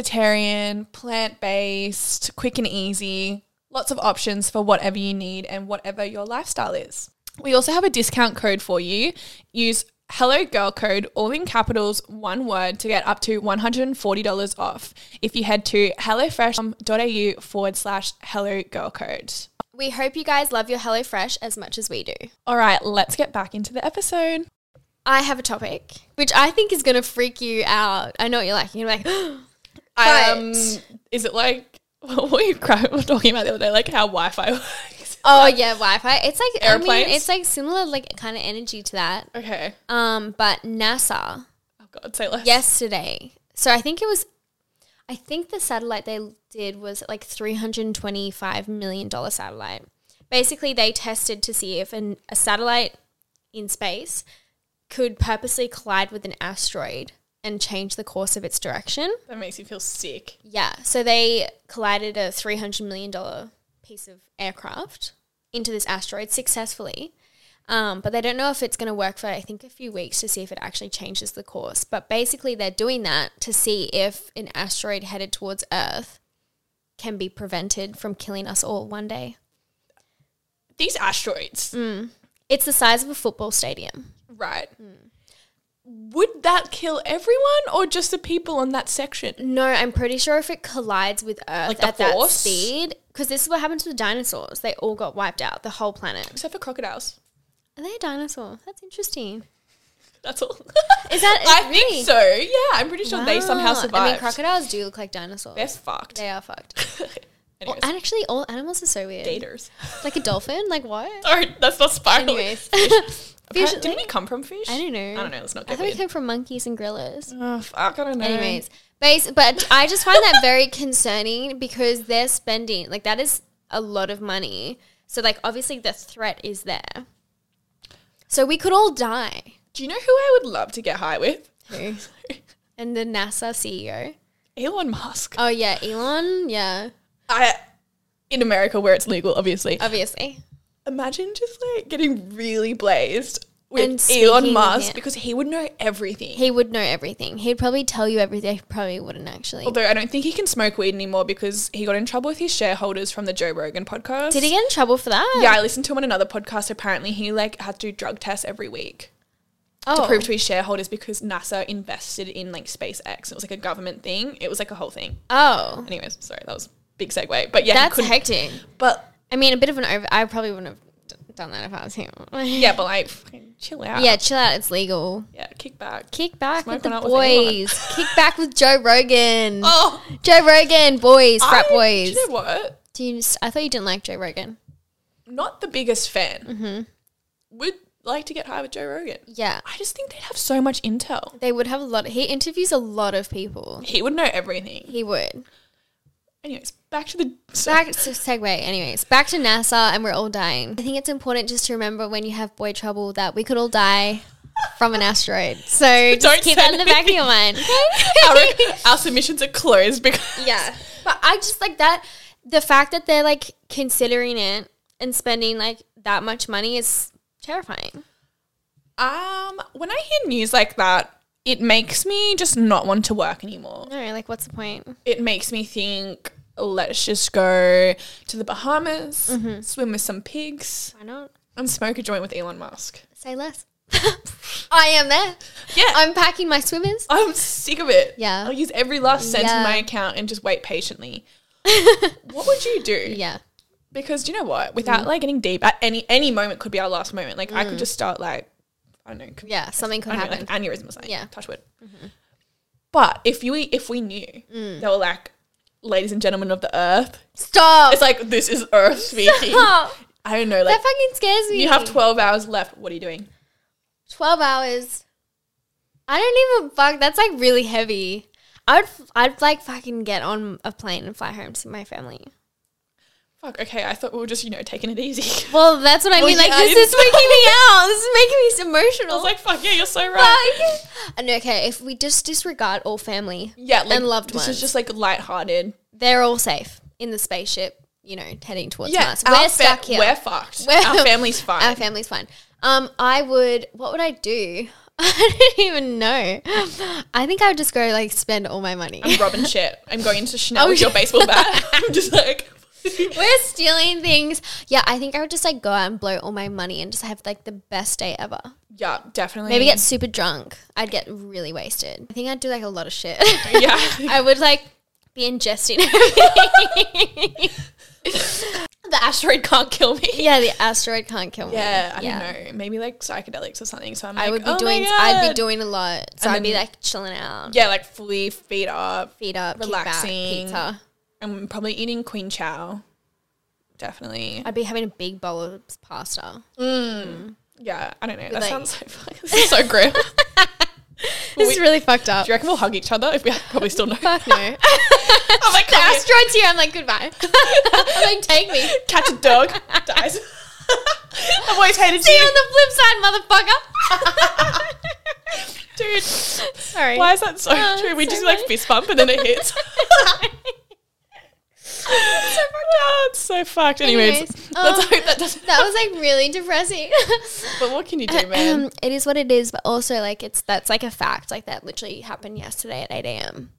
S2: flexitarian, plant based, quick and easy. Lots of options for whatever you need and whatever your lifestyle is. We also have a discount code for you. Use Hello Girl Code, all in capitals, one word, to get up to $140 off if you head to hellofresh.au forward slash Hello Girl Code.
S1: We hope you guys love your HelloFresh as much as we do.
S2: All right, let's get back into the episode.
S1: I have a topic which I think is going to freak you out. I know what you're like. You're gonna be like,
S2: Um,
S1: But-
S2: is it like what were you cry- we were talking about the other day? Like how Wi-Fi works.
S1: oh yeah, Wi-Fi. It's like I
S2: Airplanes?
S1: mean, it's like similar, like kind of energy to that.
S2: Okay.
S1: Um, but NASA
S2: Oh God, say less.
S1: yesterday. So I think it was, I think the satellite they did was like three hundred twenty-five million dollar satellite. Basically, they tested to see if an, a satellite in space could purposely collide with an asteroid and change the course of its direction.
S2: That makes you feel sick.
S1: Yeah. So they collided a three hundred million dollar piece of aircraft into this asteroid successfully. Um, but they don't know if it's going to work for I think a few weeks to see if it actually changes the course. But basically, they're doing that to see if an asteroid headed towards Earth can be prevented from killing us all one day.
S2: These asteroids,
S1: Mm. It's the size of a football stadium.
S2: right?
S1: Mm.
S2: Would that kill everyone or just the people on that section?
S1: No, I'm pretty sure if it collides with Earth
S2: Like the
S1: at that
S2: force?
S1: speed, because this is what happened to the dinosaurs. They all got wiped out, the whole planet.
S2: Except for crocodiles.
S1: Are they a dinosaur? That's interesting.
S2: That's all.
S1: Is that
S2: I
S1: really?
S2: think so. Yeah, I'm pretty sure they somehow
S1: Wow.
S2: survived.
S1: I mean, crocodiles do look like dinosaurs.
S2: They're fucked.
S1: They are fucked.
S2: Anyways,
S1: And actually, all animals are so weird.
S2: gators.
S1: Like a dolphin? Like what?
S2: Sorry, that's not spiraling.
S1: Anyways.
S2: Apparent-
S1: Fish-
S2: Didn't we come from fish?
S1: I don't know.
S2: I don't know. Let's not
S1: I
S2: get
S1: thought it
S2: weird.
S1: came from monkeys and gorillas.
S2: Oh, fuck, I don't know.
S1: Anyways, base, but I just find that very concerning because they're spending, like, that is a lot of money. So, like, obviously, the threat is there. So, we could all die.
S2: Do you know who I would love to get high with?
S1: Who? And the NASA CEO.
S2: Elon Musk.
S1: Oh, yeah, Elon. Yeah,
S2: I in America where it's legal, obviously.
S1: obviously.
S2: Imagine just like getting really blazed
S1: And
S2: with
S1: speaking with
S2: Elon Musk
S1: him.
S2: because he would know everything.
S1: He would know everything. He'd probably tell you everything. He probably wouldn't actually.
S2: Although I don't think he can smoke weed anymore because he got in trouble with his shareholders from the Joe Rogan podcast.
S1: Did he get in trouble for that?
S2: Yeah, I listened to him on another podcast. Apparently, he like had to do drug tests every week
S1: Oh,
S2: to prove to his shareholders because NASA invested in like SpaceX. It was like a government thing. It was like a whole thing.
S1: oh,
S2: Anyways, sorry, that was a big segue. But yeah,
S1: that's
S2: he couldn't.
S1: hectic.
S2: But
S1: I mean, a bit of an over. I probably wouldn't have d- done that if I was him.
S2: Yeah, but like, fucking chill out.
S1: yeah, chill out. It's legal.
S2: Yeah, kick back.
S1: Kick back
S2: Smoke
S1: with the
S2: one out with anyone.
S1: boys. Kick back with Joe Rogan.
S2: Oh,
S1: Joe Rogan, boys, frat
S2: I-
S1: boys.
S2: Do you know what?
S1: Do you just- I thought you didn't like Joe Rogan.
S2: Not the biggest fan. Would like to get high with Joe Rogan.
S1: Yeah,
S2: I just think they'd have so much intel.
S1: they would have a lot. he interviews a lot of people.
S2: He would know everything.
S1: He would.
S2: Anyways, back to the
S1: Back to segue, anyways. Back to NASA, and we're all dying. I think it's important just to remember when you have boy trouble that we could all die from an asteroid. So just
S2: Don't
S1: keep
S2: say
S1: that in the back of your mind.
S2: our, our submissions are closed because
S1: yeah, but I just like that. The fact that they're like considering it and spending like that much money is terrifying.
S2: um when I hear news like that, it makes me just not want to work anymore.
S1: No, like what's the point?
S2: It makes me think let's just go to the Bahamas, swim with some pigs,
S1: Why not
S2: and smoke a joint with Elon Musk.
S1: say less? I am there.
S2: Yeah.
S1: I'm packing my swimmers.
S2: I'm sick of it.
S1: Yeah.
S2: I'll use every last cent
S1: Yeah.
S2: in my account and just wait patiently. what would you do?
S1: Yeah, Mm.
S2: Because you know what? Without like getting deep, at any any moment could be our last moment. Like I could just start like I don't know, could-
S1: yeah, something Mm. could
S2: I don't know
S1: happen.
S2: like aneurysm or something.
S1: Yeah. Mm-hmm.
S2: Touch wood. But if you if we knew
S1: Mm.
S2: they were like, ladies and gentlemen of the earth,
S1: Stop.
S2: it's like this is Earth speaking.
S1: Stop.
S2: I don't know, like
S1: that fucking scares me.
S2: you have twelve hours left. What are you doing?
S1: 12 hours. I don't even fuck. That's like really heavy. I would, I'd like fucking get on a plane and fly home to my family.
S2: Fuck, okay, I thought we were just, you know, taking it easy.
S1: Well, that's what I
S2: Well,
S1: mean. Like,
S2: yeah, I
S1: this
S2: didn't-
S1: is freaking me out. This is making me
S2: I
S1: emotional.
S2: was like, fuck yeah, you're so right.
S1: fuck. And okay, if we just disregard all family,
S2: Yeah, like,
S1: And loved
S2: this
S1: ones.
S2: is just like lighthearted.
S1: they're all safe in the spaceship, you know, heading towards Mars.
S2: our
S1: We're
S2: fa-
S1: stuck here.
S2: We're fucked.
S1: We're-
S2: our family's fine.
S1: Our family's fine. Um, I would. What would I do? I don't even know. I think I would just go like spend all my money.
S2: I'm robbing shit. I'm going into Chanel
S1: Oh,
S2: with your
S1: yeah.
S2: baseball bat. I'm just like,
S1: We're stealing things. Yeah, I think I would just like go out and blow all my money and just have like the best day ever.
S2: yeah, definitely.
S1: Maybe get super drunk. I'd get really wasted. I think I'd do like a lot of shit.
S2: Yeah.
S1: I would like be ingesting everything.
S2: the asteroid can't kill me.
S1: yeah, the asteroid can't kill me.
S2: Yeah, I don't know. Maybe like psychedelics or something. So I'm like,
S1: I would be
S2: oh my
S1: doing I'd be
S2: God.
S1: doing a lot. So
S2: And
S1: I'd be
S2: then-
S1: like chilling out,
S2: Yeah, like fully feet up.
S1: feet up,
S2: Relaxing.
S1: relaxing pizza.
S2: I'm probably eating queen chow. Definitely.
S1: I'd be having a big bowl of pasta.
S2: Yeah, I don't know. That
S1: like-
S2: sounds so funny. This is so grim. Do
S1: This
S2: We-
S1: is really fucked up.
S2: you reckon we'll hug each other? If we probably still know. Oh
S1: Fuck no.
S2: I'm like,
S1: the asteroid's here. I'm like goodbye. I'm like take me.
S2: catch a dog, dies. I've always hated
S1: See you
S2: you,
S1: on the flip side, motherfucker.
S2: dude.
S1: Sorry.
S2: Why is that so
S1: Oh,
S2: true? We
S1: so
S2: just like
S1: funny.
S2: fist bump and then it hits. Oh, it's so fucked. Anyways,
S1: Anyways,
S2: let's
S1: um,
S2: hope that doesn't.
S1: that was like really depressing.
S2: but what can you do, man?
S1: Um, it is what it is, but also like it's that's like a fact. Like that literally happened yesterday at eight a.m.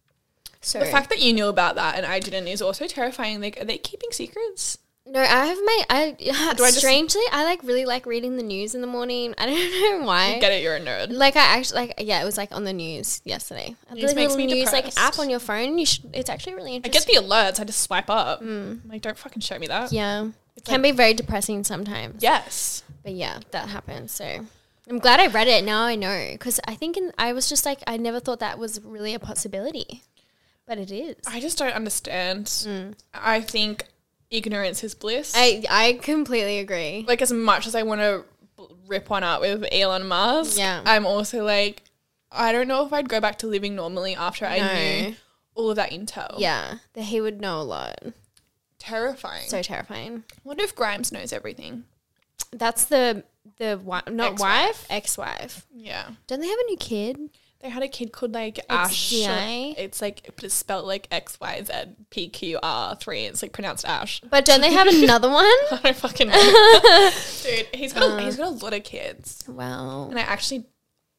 S1: So
S2: the fact that you knew about that and I didn't is also terrifying. Like, are they keeping secrets?
S1: no, I have my I
S2: Do I just-
S1: strangely I like really like reading the news in the morning. I don't know why.
S2: Get it? You're a nerd.
S1: Like I actually like yeah, it was like on the news yesterday.
S2: News
S1: The
S2: makes
S1: little
S2: me
S1: news like
S2: depressed.
S1: app on your phone. You should. It's actually really
S2: I
S1: interesting.
S2: get the alerts. I just swipe up.
S1: Mm.
S2: I'm like, don't fucking show me that.
S1: yeah, can be very depressing sometimes.
S2: Yes.
S1: But yeah, that happened. So I'm glad I read it. Now I know because I think in, I was just like I never thought that was really a possibility, but it is.
S2: I just don't understand. I think ignorance is bliss.
S1: Mm. I I completely agree.
S2: like as much as I want to rip one up with Elon Musk,
S1: Yeah.
S2: I'm also like, I don't know if I'd go back to living normally after I
S1: No.
S2: knew all of that intel.
S1: Yeah, that he would know a lot.
S2: terrifying.
S1: So terrifying.
S2: what if Grimes knows everything?
S1: That's the the wi- not wife ex wife.
S2: Yeah,
S1: Don't they have a new kid?
S2: they had a kid called like Ash.
S1: XGI?
S2: It's like but it's spelled like X Y Z P Q R three. It's like pronounced Ash.
S1: But don't they have another one?
S2: I don't fucking know, dude. He's got a, he's got a lot of kids,
S1: Wow.
S2: and I actually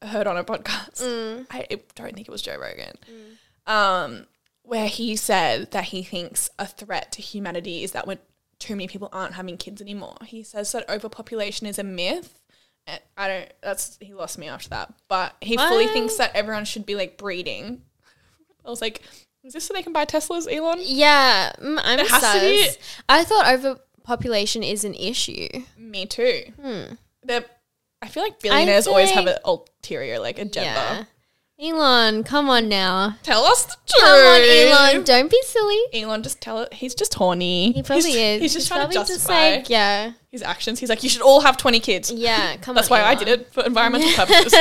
S2: heard on a podcast.
S1: Mm.
S2: I I don't think it was Joe Rogan. Um, where he said that he thinks a threat to humanity is that when too many people aren't having kids anymore. He says that overpopulation is a myth. Uh, I don't. That's he lost me after that. But he fully
S1: What?
S2: thinks that everyone should be like breeding. I was like, is this so they can buy Teslas, Elon?
S1: Yeah, mm, I'm
S2: has to be-
S1: sus. I thought overpopulation is an issue.
S2: Me too.
S1: hmm.
S2: They're- I feel like billionaires always have an ulterior like agenda.
S1: Yeah. Elon, come on now.
S2: Tell us the truth.
S1: Come on, Elon. Don't be silly.
S2: Elon, just tell it. He's just horny.
S1: He probably
S2: he's,
S1: is.
S2: He's just trying to
S1: probably
S2: justify
S1: just like, yeah,
S2: his actions. He's like, you should all have 20 kids.
S1: yeah. Come
S2: That's
S1: on.
S2: why I did it for environmental purposes,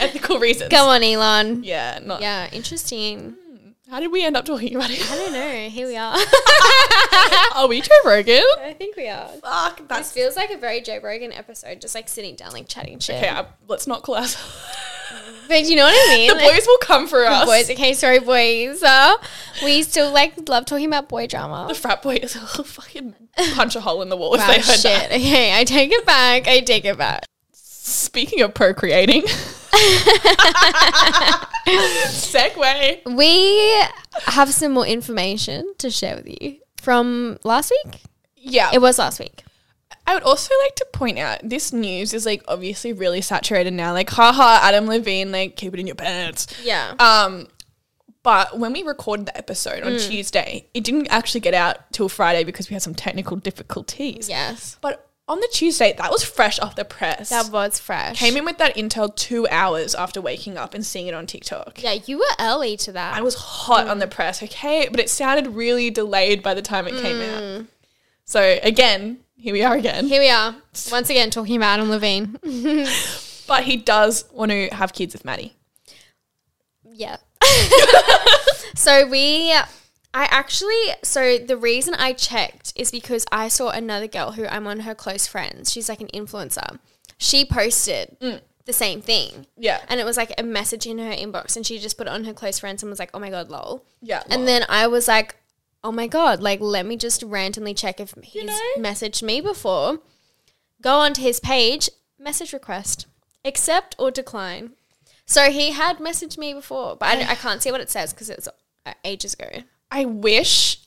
S2: ethical reasons.
S1: Come on, Elon.
S2: Yeah, not.
S1: Yeah, interesting.
S2: How did we end up talking about
S1: I
S2: it?
S1: don't know. Here we are.
S2: Are we Joe Rogan?
S1: I think we are.
S2: Fuck,
S1: This feels like a very Joe Rogan episode, just like sitting down, like chatting shit.
S2: Okay, uh, let's not call ourselves.
S1: But you know what I mean?
S2: the
S1: Like,
S2: boys will come for us.
S1: boys. Okay, sorry, boys. Uh, we still like love talking about boy drama.
S2: The frat boys will fucking punch a hole in the wall if
S1: Wow,
S2: they heard
S1: shit.
S2: that.
S1: Okay, I take it back. I take it back.
S2: Speaking of procreating, segue.
S1: We have some more information to share with you from last week.
S2: Yeah,
S1: It was last week.
S2: I would also like to point out this news is like obviously really saturated now. Like, haha, Adam Levine, like keep it in your pants.
S1: Yeah.
S2: Um, but when we recorded the episode on
S1: Mm.
S2: Tuesday, it didn't actually get out till Friday because we had some technical difficulties.
S1: yes.
S2: But on the Tuesday, that was fresh off the press.
S1: That was fresh.
S2: Came in with that intel two hours after waking up and seeing it on TikTok.
S1: yeah, Mm. you were early to that.
S2: I was hot on the press, okay? But it sounded really delayed by the time it came
S1: Mm.
S2: out. So again, here we are again.
S1: Here we are once again talking about Adam Levine.
S2: But he does want to have kids with Maddie.
S1: Yeah. so we, I actually, so the reason I checked is because I saw another girl who I'm on her close friends. She's like an influencer. She posted the same thing.
S2: Yeah.
S1: And it was like a message in her inbox, and she just put it on her close friends and was like, oh my God, lol.
S2: Yeah.
S1: And then I was like, oh my God, like, let me just randomly check if he's
S2: know?
S1: messaged me before. Go onto his page, message request, accept or decline. So he had messaged me before, but I, I can't see what it says because it was uh, ages ago.
S2: I wish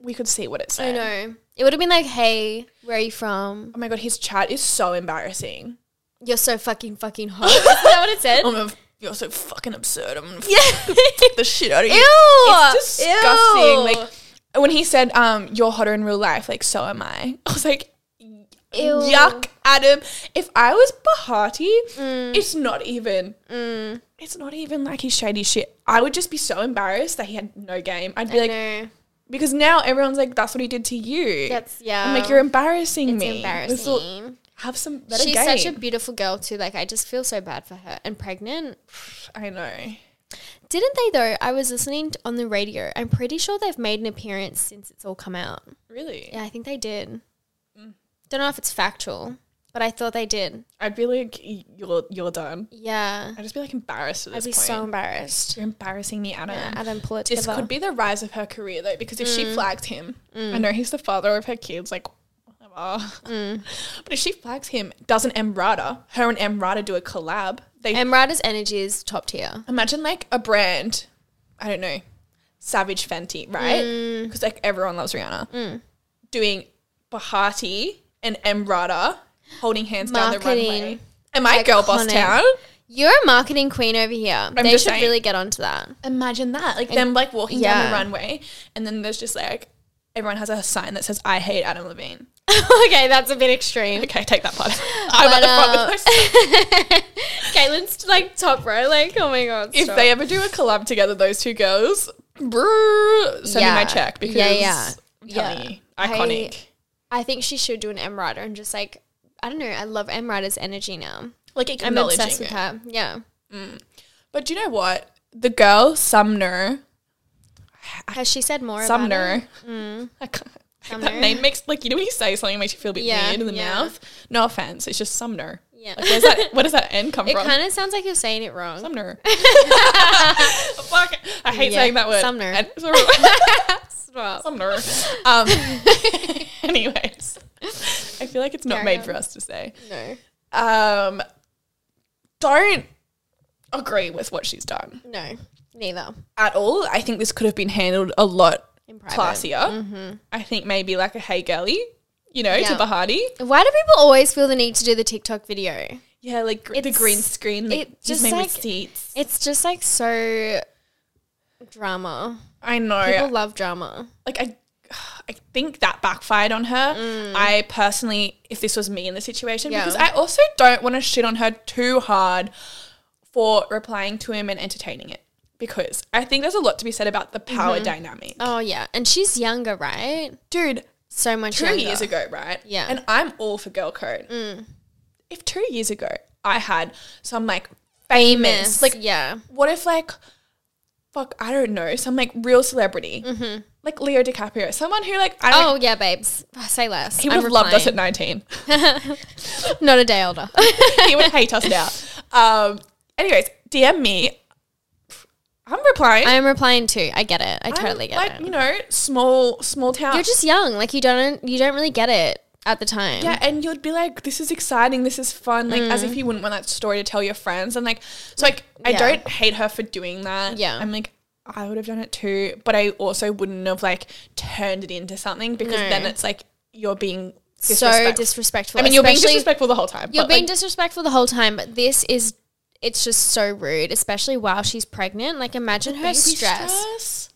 S2: we could see what it said.
S1: I know. Um, It would have been like, hey, where are you from?
S2: Oh my god, his chat is so embarrassing.
S1: You're so fucking, fucking hot. Is that what it said?
S2: Oh my, you're so fucking absurd. I'm gonna f-
S1: yeah.
S2: the shit out of you.
S1: Ew.
S2: It's disgusting.
S1: Ew.
S2: Like when he said, um, you're hotter in real life, like so am I. I was like,
S1: Ew.
S2: yuck, Adam. If I was Bahati, it's not even it's not even like his shady shit. I would just be so embarrassed that he had no game. I'd be like
S1: no.
S2: because now everyone's like, that's what he did to you.
S1: That's, yeah.
S2: I'm like, Oh you're embarrassing
S1: It's
S2: me.
S1: embarrassing.
S2: This will- have some better
S1: She's
S2: game.
S1: such a beautiful girl too. Like I just feel so bad for her and pregnant.
S2: I know.
S1: Didn't they though? I was listening t- on the radio. I'm pretty sure they've made an appearance since it's all come out.
S2: Really?
S1: Yeah, I think they did. Mm. Don't know if it's factual, but I thought they did.
S2: I'd be like, y- you're you're done.
S1: Yeah,
S2: I'd just be like embarrassed at
S1: I'd
S2: this
S1: be
S2: point.
S1: so embarrassed.
S2: you're embarrassing me, Adam.
S1: Yeah, Adam, pull it
S2: This
S1: together. Mm.
S2: could be the rise of her career though, because if she flags him, I know he's the father of her kids, like whatever.
S1: Mm.
S2: but if she flags him, doesn't Emrata, her and Emrata do a collab? They
S1: Emrata's energy is top tier.
S2: imagine like a brand, I don't know, Savage Fenty, right?
S1: Mm.
S2: Because like everyone loves Rihanna. Doing Bahati and Emrata holding hands down the
S1: Marketing.
S2: runway. Am I girl boss
S1: Iconic.
S2: town?
S1: You're a marketing queen over here. they
S2: just
S1: should
S2: saying.
S1: really get onto that.
S2: Imagine that. Like them like walking down
S1: yeah.
S2: the runway and then there's just like everyone has a sign that says I hate Adam Levine.
S1: okay, that's a bit extreme.
S2: Okay, take that part. I'm at
S1: But,
S2: the
S1: uh,
S2: front with those.
S1: Caitlin's like top row. Like, oh my god.
S2: If
S1: stop.
S2: they ever do a collab together, those two girls, brr, send me
S1: Yeah.
S2: my check because
S1: Yeah, yeah.
S2: I'm telling
S1: Yeah.
S2: you, iconic.
S1: I think she should do an M Rider and just like I don't know. I love M Rider's energy now.
S2: like
S1: I'm
S2: acknowledging
S1: obsessed with
S2: it.
S1: her. Yeah,
S2: But do you know what? The girl Sumner,
S1: has she said more? About it?
S2: Sumner, I can't-
S1: Mm. Sumner.
S2: that name makes like you know when you say something it makes you feel a bit
S1: Yeah,
S2: weird in the
S1: yeah.
S2: mouth. No offense, it's just Sumner.
S1: Yeah,
S2: Like, where's that? Where does that N come
S1: it
S2: from?
S1: kind of sounds like you're saying it wrong.
S2: Sumner. Fuck, I hate
S1: Yeah,
S2: saying that word.
S1: Sumner.
S2: And-
S1: Stop.
S2: Sumner. Um, anyways, I feel like it's not
S1: Carry
S2: made
S1: on.
S2: for us to say.
S1: No,
S2: Um, don't agree with what she's done.
S1: no, neither.
S2: at all. I think this could have been handled a lot
S1: In private.
S2: classier. I think maybe like a hey girly, you know,
S1: Mm-hmm. Yeah.
S2: to Bahati.
S1: Why do people always feel the need to do the TikTok video?
S2: Yeah, like gr- the
S1: It's-
S2: green screen. Like,
S1: it
S2: just
S1: just
S2: made
S1: like-
S2: receipts.
S1: It's just like so drama.
S2: I know.
S1: People love drama.
S2: like I, I think that backfired on her. I personally, if this was me in the situation,
S1: Mm. Yeah.
S2: because I also don't want to shit on her too hard for replying to him and entertaining it. Because I think there's a lot to be said about the power dynamic.
S1: Oh yeah, and she's younger, right?
S2: Dude,
S1: So much
S2: two
S1: younger.
S2: years ago, right?
S1: Yeah. Mm.
S2: And I'm all for girl code. If two years ago I had some like famous,
S1: Miss,
S2: like
S1: yeah,
S2: what if like fuck, I don't know, some like real celebrity, like Leo DiCaprio, someone who like I don't.
S1: Mm-hmm. Oh yeah, babes. Say less.
S2: he would have loved us at nineteen.
S1: Not a day older.
S2: he would hate us now. Um. Anyways, DM me. I'm replying.
S1: I am replying too. I get it. I
S2: I'm,
S1: totally get
S2: like,
S1: it.
S2: You know, small small town.
S1: You're just young. Like you don't you don't really get it at the time.
S2: Yeah, and you'd be like, "This is exciting. This is fun." Like, as if you wouldn't want that story to tell your friends. And like, so like, I
S1: Mm. Yeah.
S2: don't hate her for doing that.
S1: Yeah.
S2: I'm like, I would have done it too, but I also wouldn't have like turned it into something because
S1: No.
S2: then it's like you're being
S1: So
S2: disrespectful.
S1: disrespectful.
S2: I mean, you're being
S1: especially-
S2: disrespectful the whole time.
S1: You're
S2: but,
S1: being
S2: like,
S1: disrespectful the whole time, but this is it's just so rude, especially while she's pregnant. Like imagine her
S2: baby
S1: stress.
S2: stress?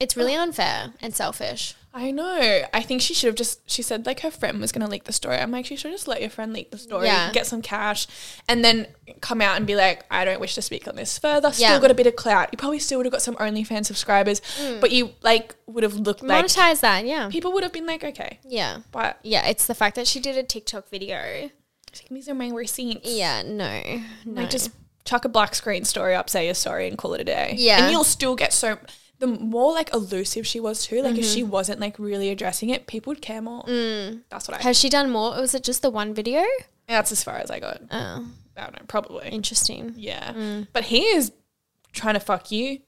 S1: It's really unfair and selfish.
S2: I know. I think she should have just. She said like her friend was gonna leak the story. I'm like, she should just let your friend leak the story,
S1: Yeah.
S2: get some cash, and then come out and be like, I don't wish to speak on this further. Still
S1: Yeah. Hmm.
S2: got a bit of clout. You probably still would have got some OnlyFans subscribers, but you like would have looked like
S1: Monetize that, yeah.
S2: people would have been like, okay,
S1: Yeah.
S2: but
S1: Yeah, it's the fact that she did a TikTok video.
S2: like, these are my receipts.
S1: Yeah, no. No.
S2: Like just chuck a black screen story up, say your story, and call it a day.
S1: Yeah.
S2: and you'll still get so. The more like elusive she was too, like if she
S1: Mm-hmm.
S2: wasn't like really addressing it, people would care more. That's what I.
S1: Mm. Has she done more? Was it just the one video?
S2: That's as far as I got.
S1: Oh,
S2: I don't know, probably.
S1: interesting.
S2: Yeah.
S1: Mm.
S2: But he is trying to fuck you.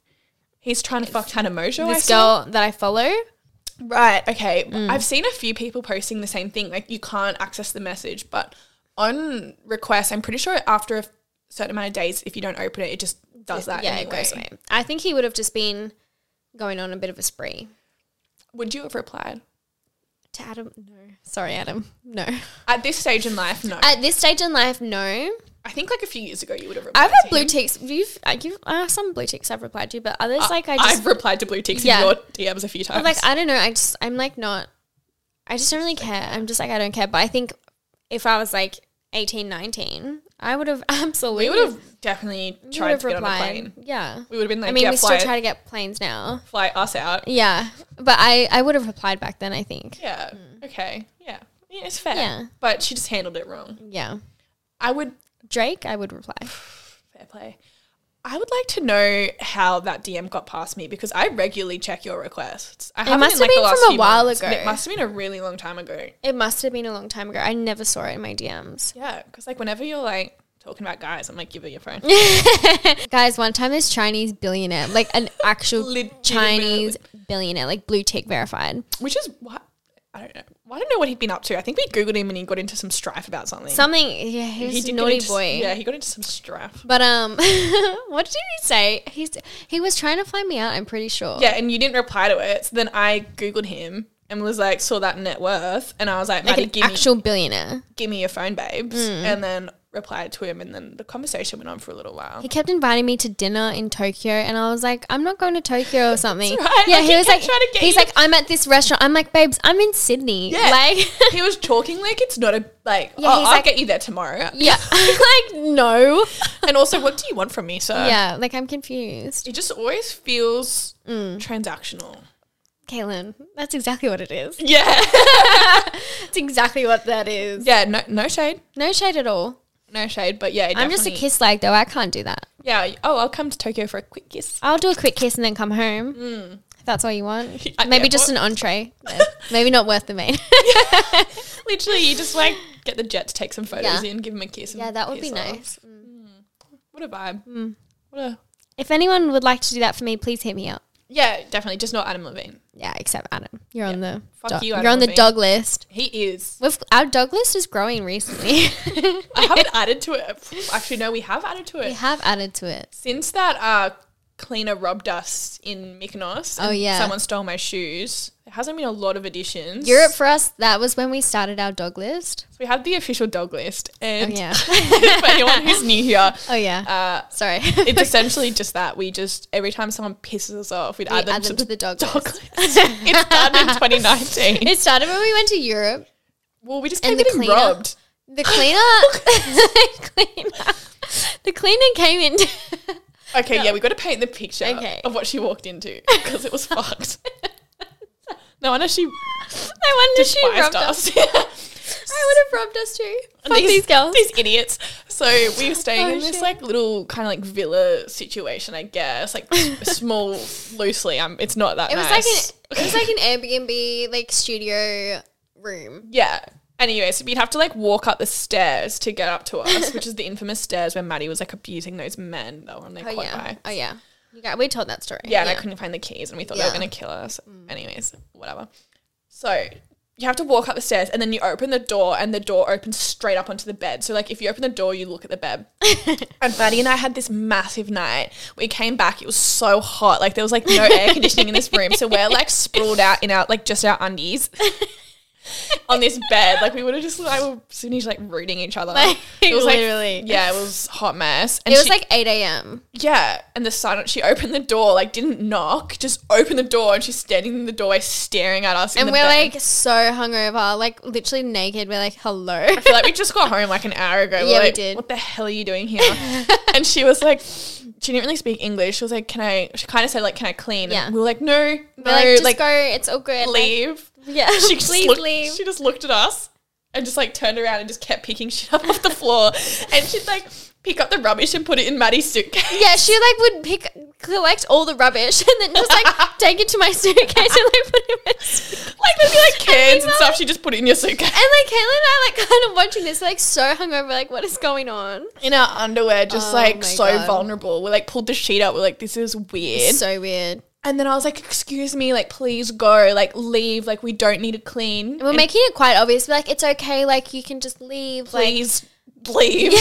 S2: He's trying to fuck Hannah Mojo. Oh, I
S1: this Mm.
S2: saw.
S1: girl that I follow.
S2: Right. Okay. I've seen a few people posting the same thing. Like you can't access the message, but on request, I'm pretty sure after a certain amount of days, if you don't open it, it just does that.
S1: yeah,
S2: anyway.
S1: it goes away. I think he would have just been going on a bit of a spree.
S2: Would you have replied?
S1: To Adam, no. Sorry, Adam, no.
S2: At this stage in life, no.
S1: At this stage in life, no.
S2: I think like a few years ago, you would have replied.
S1: I've had
S2: to him.
S1: blue ticks. You've, uh, you've uh, some blue ticks I've replied to, but others like I just
S2: Uh, I've replied to blue ticks
S1: Yeah.
S2: in your DMs a few times.
S1: like I don't know. I just I'm like not. I just don't really care. I'm just like I don't care. But I think if I was like 18, 19, I would have absolutely
S2: we would have definitely
S1: you
S2: tried
S1: would've
S2: to get on a
S1: replied.
S2: plane.
S1: Yeah.
S2: We would have been like,
S1: I mean,
S2: yeah,
S1: we
S2: fly,
S1: still try to get planes now.
S2: fly us out.
S1: Yeah, but I I would have replied back then. I think.
S2: Yeah. Okay. Yeah. Mm. Yeah, it's fair.
S1: Yeah.
S2: But she just handled it wrong.
S1: Yeah,
S2: I would
S1: Drake, I would reply.
S2: fair play. I would like to know how that DM got past me because I regularly check your requests. I haven't
S1: must
S2: in,
S1: have been
S2: the last
S1: from a
S2: few
S1: while
S2: months, and It
S1: ago.
S2: must have been a really long time ago.
S1: It must have been a long time ago. I never saw it in my DMs.
S2: Yeah, because like whenever you're like talking about guys, I'm like, give her your phone.
S1: Guys, one time this Chinese billionaire, like an actual
S2: Legitimately.
S1: Chinese billionaire, like blue tick verified.
S2: which is what I don't know. I don't know what he'd been up to. I think we googled him and he got into some strife about something.
S1: Something, yeah, he was
S2: he
S1: a
S2: did get
S1: naughty
S2: into-
S1: boy.
S2: Yeah, he got into some strife.
S1: But um, what did he say? He's he was trying to find me out. I'm pretty sure.
S2: Yeah, and you didn't reply to it. So then I googled him and was like, saw that net worth, and I was like,
S1: like
S2: Maddie,
S1: an Mm.
S2: give me
S1: actual billionaire.
S2: give me your phone, babes. And then replied to him. And then the conversation went on for a little while.
S1: He kept inviting me to dinner in Tokyo, and I was like, "I'm not going to Tokyo or something."
S2: right.
S1: Yeah,
S2: Like,
S1: he
S2: he
S1: was
S2: kept
S1: like,
S2: trying to get
S1: "He's
S2: you-
S1: like, I'm at this restaurant." I'm like, "Babes, I'm in Sydney."
S2: Yeah.
S1: Like,
S2: he was talking like it's not a, like,
S1: Yeah,
S2: oh, I'll
S1: he's like-
S2: get you there tomorrow.
S1: yeah, I'm like no.
S2: and also, what do you want from me, sir?
S1: Yeah, like I'm confused,
S2: It just always feels
S1: Mm.
S2: transactional.
S1: Kaylin. That's exactly what it is.
S2: Yeah.
S1: That's exactly what that is.
S2: yeah, no, no shade.
S1: No shade at all.
S2: No shade, but yeah, it
S1: I'm just a
S2: definitely-
S1: kiss lag though. I can't do that.
S2: Yeah. Oh, I'll come to Tokyo for a quick kiss.
S1: I'll do a quick kiss and then come home. If that's all you want.
S2: At the
S1: Maybe just an
S2: airport?
S1: entree. Yeah. Maybe not worth the main.
S2: Literally, you just like get the jet to take some photos
S1: Yeah.
S2: in, give him a kiss. and
S1: yeah, that would be
S2: kiss off.
S1: nice.
S2: What a vibe. What a
S1: If anyone would like to do that for me, please hit me up.
S2: yeah, definitely. Just not Adam Levine.
S1: Yeah, except Adam. You're on the
S2: Fuck
S1: dog-
S2: you,
S1: You're
S2: Adam
S1: on the
S2: Levine.
S1: dog list.
S2: He is.
S1: We've, our dog list is growing recently.
S2: I haven't added to it. Actually, no, we have added to
S1: we
S2: it
S1: have added to it.
S2: since that uh, cleaner robbed us in Mykonos.
S1: Oh,
S2: and
S1: yeah.
S2: someone stole my shoes. There hasn't been a lot of additions.
S1: Europe for us, that was when we started our dog list.
S2: So we have the official dog list,
S1: Oh,
S2: and
S1: yeah.
S2: for anyone who's new here,
S1: Oh, yeah.
S2: uh,
S1: Sorry.
S2: it's essentially just that we just every time someone pisses us off, we'd add, them, to the
S1: dog,
S2: dog
S1: list.
S2: list. it's done in 2019.
S1: It started when we went to Europe.
S2: Well, we just
S1: And
S2: kept
S1: the
S2: getting
S1: cleaner.
S2: robbed.
S1: The cleaner, cleaner, the cleaner came in.
S2: Okay, yeah, we got to paint the picture
S1: Okay.
S2: of what she walked into because it was fucked. No wonder she
S1: I wonder if she
S2: despised
S1: robbed us.
S2: us. Yeah.
S1: I would have robbed us too. Fuck these, girls. Oh,
S2: these idiots. So we were staying in this like little kind of like villa situation, I guess, like s- small, loosely. Um, it's not that.
S1: It was
S2: nice.
S1: like an it was like an Airbnb like studio room.
S2: Yeah. Anyway, so we'd have to like walk up the stairs to get up to us, which is the infamous stairs where Maddie was like abusing those men that were on their
S1: Oh
S2: quad
S1: yeah.
S2: bike.
S1: Oh yeah. You got, we told that story.
S2: Yeah, and I couldn't find the keys, and we thought they
S1: Yeah. Mm.
S2: were going to kill us. Anyways, whatever. So you have to walk up the stairs, and then you open the door, and the door opens straight up onto the bed. So like, if you open the door, you look at the bed. and Buddy and I had this massive night. We came back; it was so hot. Like there was like no air conditioning in this room, so we're like sprawled out in our like just our undies. on this bed, like we would have just like we were finished like rooting each other.
S1: Like,
S2: it was
S1: literally.
S2: like yeah, it was hot mess. And
S1: It was
S2: she-
S1: like eight AM.
S2: yeah, and the silence. She opened the door, like didn't knock, just opened the door, and she's standing in the doorway, staring at us. in
S1: And
S2: the
S1: we're
S2: bed.
S1: like so hungover, like literally naked. We're like, hello.
S2: I feel like we just got home like an hour ago.
S1: Yeah,
S2: we're
S1: we
S2: like,
S1: did.
S2: What the hell are you doing here? and she was like, she didn't really speak English. She was like, can I? She kind of said like, can I clean?
S1: Yeah.
S2: And we were like, no, no,
S1: We're like, just
S2: like,
S1: go, it's all good. like,
S2: leave.
S1: yeah.
S2: She just
S1: please
S2: looked,
S1: leave.
S2: She just looked at us and just like turned around and just kept picking shit up off the floor. and she'd like pick up the rubbish and put it in Maddie's suitcase.
S1: yeah, she like would pick collect all the rubbish and then just like take it to my suitcase and like put it in my suitcase.
S2: Like there'd be like cans and
S1: like-
S2: stuff. She just put it in your suitcase.
S1: And like Caitlin and I like kind of watching this, like so hungover, like what is going on?
S2: in our underwear, just
S1: Oh my
S2: like so
S1: God.
S2: vulnerable. We like pulled the sheet up. We're like, this is weird.
S1: It's so weird.
S2: and then I was like, excuse me, like please go, like leave, like we don't need to clean.
S1: We're making it quite obvious. We're like, it's okay, like you can just leave.
S2: please leave.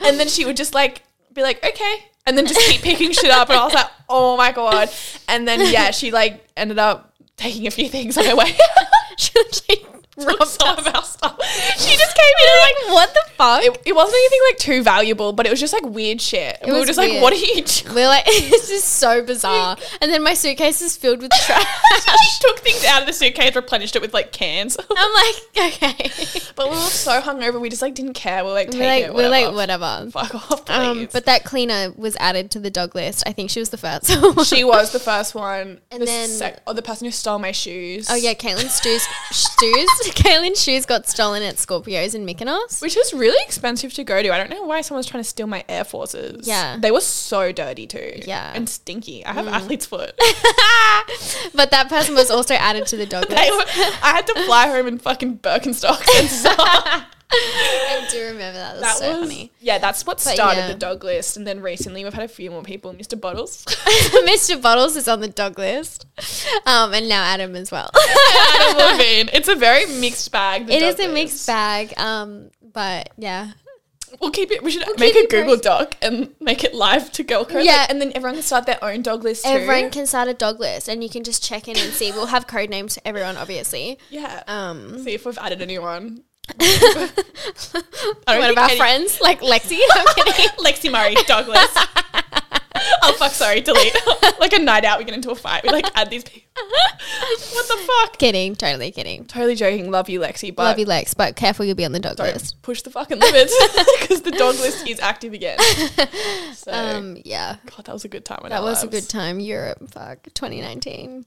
S2: and then she would just like be like, okay. And then just keep picking shit up. And I was like, oh my God. And then yeah, she like ended up taking a few things on her way.
S1: Like she literally
S2: Robbed
S1: robbed
S2: some
S1: us.
S2: of our stuff. She just came in and like
S1: What the fuck?
S2: it, it wasn't anything like too valuable, but it was just like weird shit. we were
S1: was
S2: just
S1: weird.
S2: like, what are you doing?
S1: We're like, this is so bizarre. And then my suitcase is filled with trash.
S2: she took things out of the suitcase, replenished it with like cans.
S1: I'm like, okay.
S2: but we were so hungover, we just like didn't care. We're like, take
S1: We're like,
S2: it,
S1: we're
S2: whatever.
S1: like, whatever.
S2: fuck off, please.
S1: Um, but that cleaner was added to the dog list. I think she was the first. oh
S2: she was the first one,
S1: And
S2: the
S1: then-
S2: sec- or the person who stole my shoes.
S1: Oh, yeah, Caitlin's shoes, shoes, Caitlin's shoes got stolen at Scorpios in Mykonos.
S2: Which is really expensive to go to. I don't know why someone's trying to steal my Air Forces.
S1: Yeah.
S2: They were so dirty too.
S1: Yeah. Mm.
S2: And stinky. I have athlete's foot.
S1: But that person was also added to the dog
S2: They
S1: list.
S2: were, I had to fly home in fucking Birkenstocks and stuff.
S1: I do remember that. That was
S2: That
S1: so
S2: was-
S1: funny.
S2: Yeah, that's what started
S1: yeah.
S2: the dog list. And then recently we've had a few more people. Mr. Bottles.
S1: Mr. Bottles is on the dog list, um, and now Adam as well.
S2: Adam Levine. It's a very mixed bag. the
S1: it is
S2: dog
S1: a
S2: list.
S1: mixed bag, um, but yeah,
S2: We'll keep it. We should make
S1: keep
S2: a
S1: it
S2: Google Doc and make it live to Girl Code.
S1: Yeah.
S2: Yeah, and then everyone can start their own dog list too.
S1: everyone can start a dog list, and you can just check in and see. We'll have code names for everyone, obviously.
S2: yeah.
S1: Um,
S2: See if we've added anyone. I don't
S1: one of
S2: think
S1: our
S2: any-
S1: friends, like Lexi. I'm kidding.
S2: Lexi Murray, dog list. oh fuck! Sorry, delete. like a night out, we get into a fight. We like add these people. what the fuck?
S1: kidding, totally kidding.
S2: Totally joking. Love you, Lexi. But
S1: Love you, Lex, but careful, you'll be on the dog
S2: don't
S1: list.
S2: push the fucking limits because the dog list is active again. So
S1: Um, yeah,
S2: God, that was a good time. in
S1: that
S2: our
S1: was a
S2: lives.
S1: good time. Europe, fuck, 2019,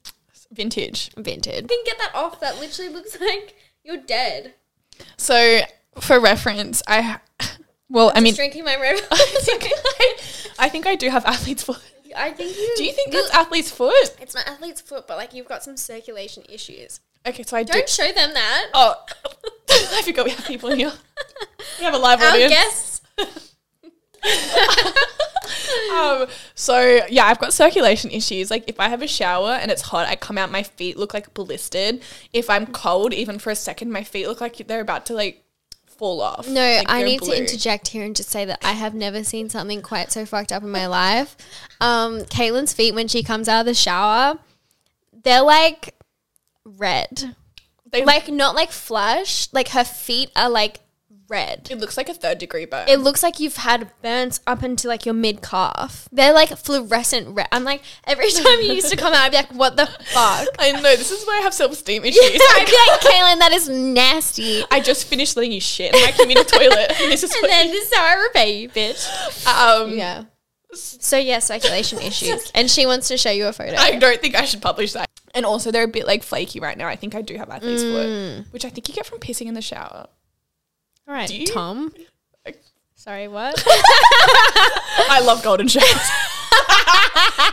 S2: vintage.
S1: vintage. Didn't get that off. That literally looks like you're dead.
S2: So, for reference, I well, I mean,
S1: drinking my red.
S2: I think I, I think I do have athlete's foot.
S1: I think you.
S2: Do you think that's athlete's foot?
S1: it's not athlete's foot, but like you've got some circulation issues?
S2: Okay, so I do.
S1: Don't show them that.
S2: Oh, I forgot we have people in here. We have a live
S1: Our
S2: audience.
S1: guests.
S2: Um, so yeah, I've got circulation issues. Like if I have a shower and it's hot, I come out, my feet look like blistered. If I'm cold, even for a second, my feet look like they're about to like fall off.
S1: No,
S2: Like,
S1: I
S2: they're
S1: need
S2: blue.
S1: to interject here and just say that I have never seen something quite so fucked up in my life. Um, Caitlin's feet when she comes out of the shower, they're like red,
S2: They,
S1: like
S2: like
S1: not like flush. Like her feet are like red.
S2: it looks like a third degree burn.
S1: It looks like you've had burns up into like your mid calf. They're like fluorescent red. I'm like every time you used to come out, I'd be like, what the fuck.
S2: I know this is why I have self esteem issues.
S1: I'd be like, Caitlin, that is nasty.
S2: I just finished letting you shit in my community toilet. And this is
S1: And
S2: what
S1: then this is how I repay you, bitch.
S2: um,
S1: Yeah. So yeah, circulation issues. And she wants to show you a photo.
S2: I don't think I should publish that. And also, they're a bit like flaky right now. I think I do have
S1: Mm.
S2: athlete's foot, which I think you get from pissing in the shower.
S1: All right,
S2: do you-
S1: Tom.
S2: Like,
S1: Sorry, what?
S2: I love golden showers.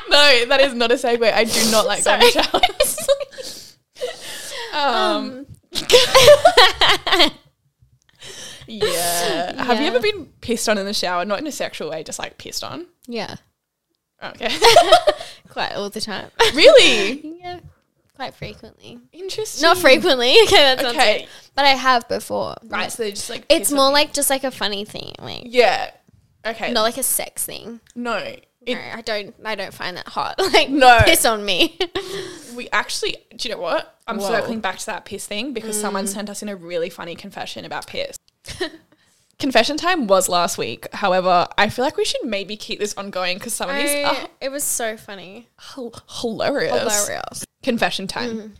S2: no, that is not a segue. I do not like golden
S1: Sorry.
S2: showers. um, yeah. Have you
S1: Yeah.
S2: ever been pissed on in the shower? Not in a sexual way, just like pissed on.
S1: yeah,
S2: Okay.
S1: quite all the time.
S2: really?
S1: yeah, quite frequently.
S2: Interesting.
S1: Not frequently. Okay, that's not
S2: Okay.
S1: But I have before.
S2: Right. So they just like.
S1: It's
S2: piss on
S1: more
S2: you.
S1: like just like a funny thing, like
S2: Yeah. Okay.
S1: not like a sex thing.
S2: no. It,
S1: no, I don't. I don't find that hot. Like
S2: No.
S1: piss on me.
S2: we actually, do you know what? I'm
S1: Whoa. Mm.
S2: circling back to that piss thing because someone sent us in a really funny confession about piss. confession time was last week. However, I feel like we should maybe keep this ongoing because some of these are
S1: I- it was so funny.
S2: hil- hilarious.
S1: Hilarious. Mm-hmm.
S2: Confession time.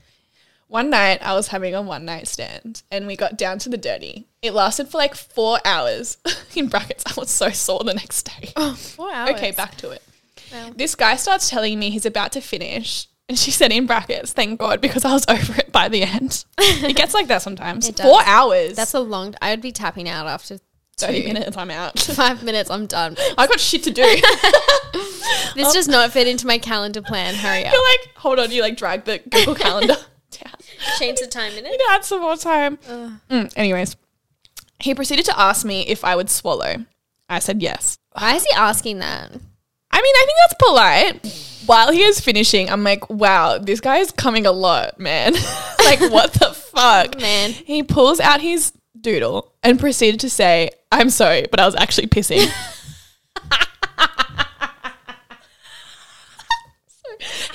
S2: One night, I was having a one night stand and we got down to the dirty. It lasted for like four hours. in brackets, I was so sore the next day.
S1: Four hours.
S2: Okay, back to it.
S1: Wow.
S2: This guy starts telling me he's about to finish. And she said in brackets, thank God, because I was over it by the end. It gets like that sometimes.
S1: It does.
S2: Four hours.
S1: That's a long. I would be tapping out after
S2: 30
S1: two.
S2: minutes, I'm out.
S1: Five minutes. I'm done.
S2: I got shit to do. You're
S1: This does not fit into my calendar plan. Hurry up.
S2: like, hold on, you like drag the Google Calendar down.
S1: Change the time minute.
S2: You can add some more time. Mm, anyways, he proceeded to ask me if I would swallow. I said yes.
S1: Why is he asking that?
S2: I mean, I think that's polite. While he is finishing, I'm like, wow, this guy is coming a lot, man. like, what the fuck?
S1: Oh, Man.
S2: He pulls out his doodle and proceeded to say, I'm sorry, but I was actually pissing.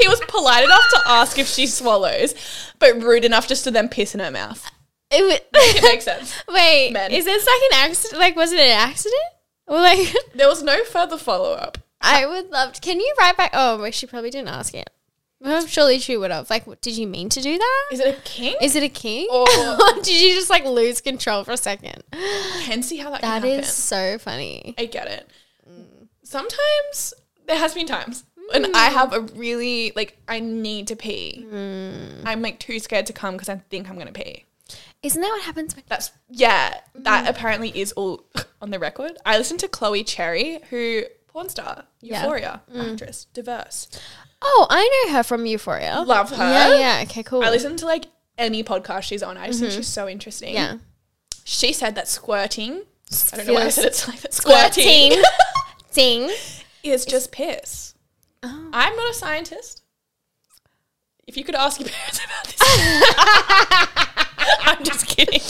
S2: he was polite enough to ask if she swallows, but rude enough just to then piss in her mouth.
S1: It
S2: It
S1: w-
S2: makes sense.
S1: Wait,
S2: Men.
S1: is this like an accident? Like, was it an accident? Or like,
S2: There was no further follow up.
S1: I would love. To, can you write back? Oh, well, she probably didn't ask it. Well, surely she would have. Like, what- did you mean to do that?
S2: Is it a king?
S1: Is it a king? Or
S2: Or-
S1: did you just like lose control for a second?
S2: can see how that, can
S1: That
S2: happen.
S1: is so funny.
S2: I get it. Sometimes there has been times when I
S1: Hmm.
S2: have a really like I need to pee.
S1: Hmm.
S2: I'm like too scared to come because I think I'm gonna pee.
S1: Isn't that what happens? When-
S2: That's yeah.
S1: Hmm.
S2: That apparently is all on the record. I listened to Chloe Cherry, who porn star,
S1: Yeah. Hmm.
S2: Euphoria actress, diverse.
S1: oh, I know her from Euphoria.
S2: Love her.
S1: Yeah, yeah. Okay, cool.
S2: I listen to like any podcast she's on. I just think she's so interesting.
S1: yeah.
S2: She said that squirting. I don't know why I
S1: Feels-
S2: said it's like that. Squirting,
S1: Ting.
S2: is just piss.
S1: Oh.
S2: I'm not a scientist. If you could ask your parents about this, I'm just kidding.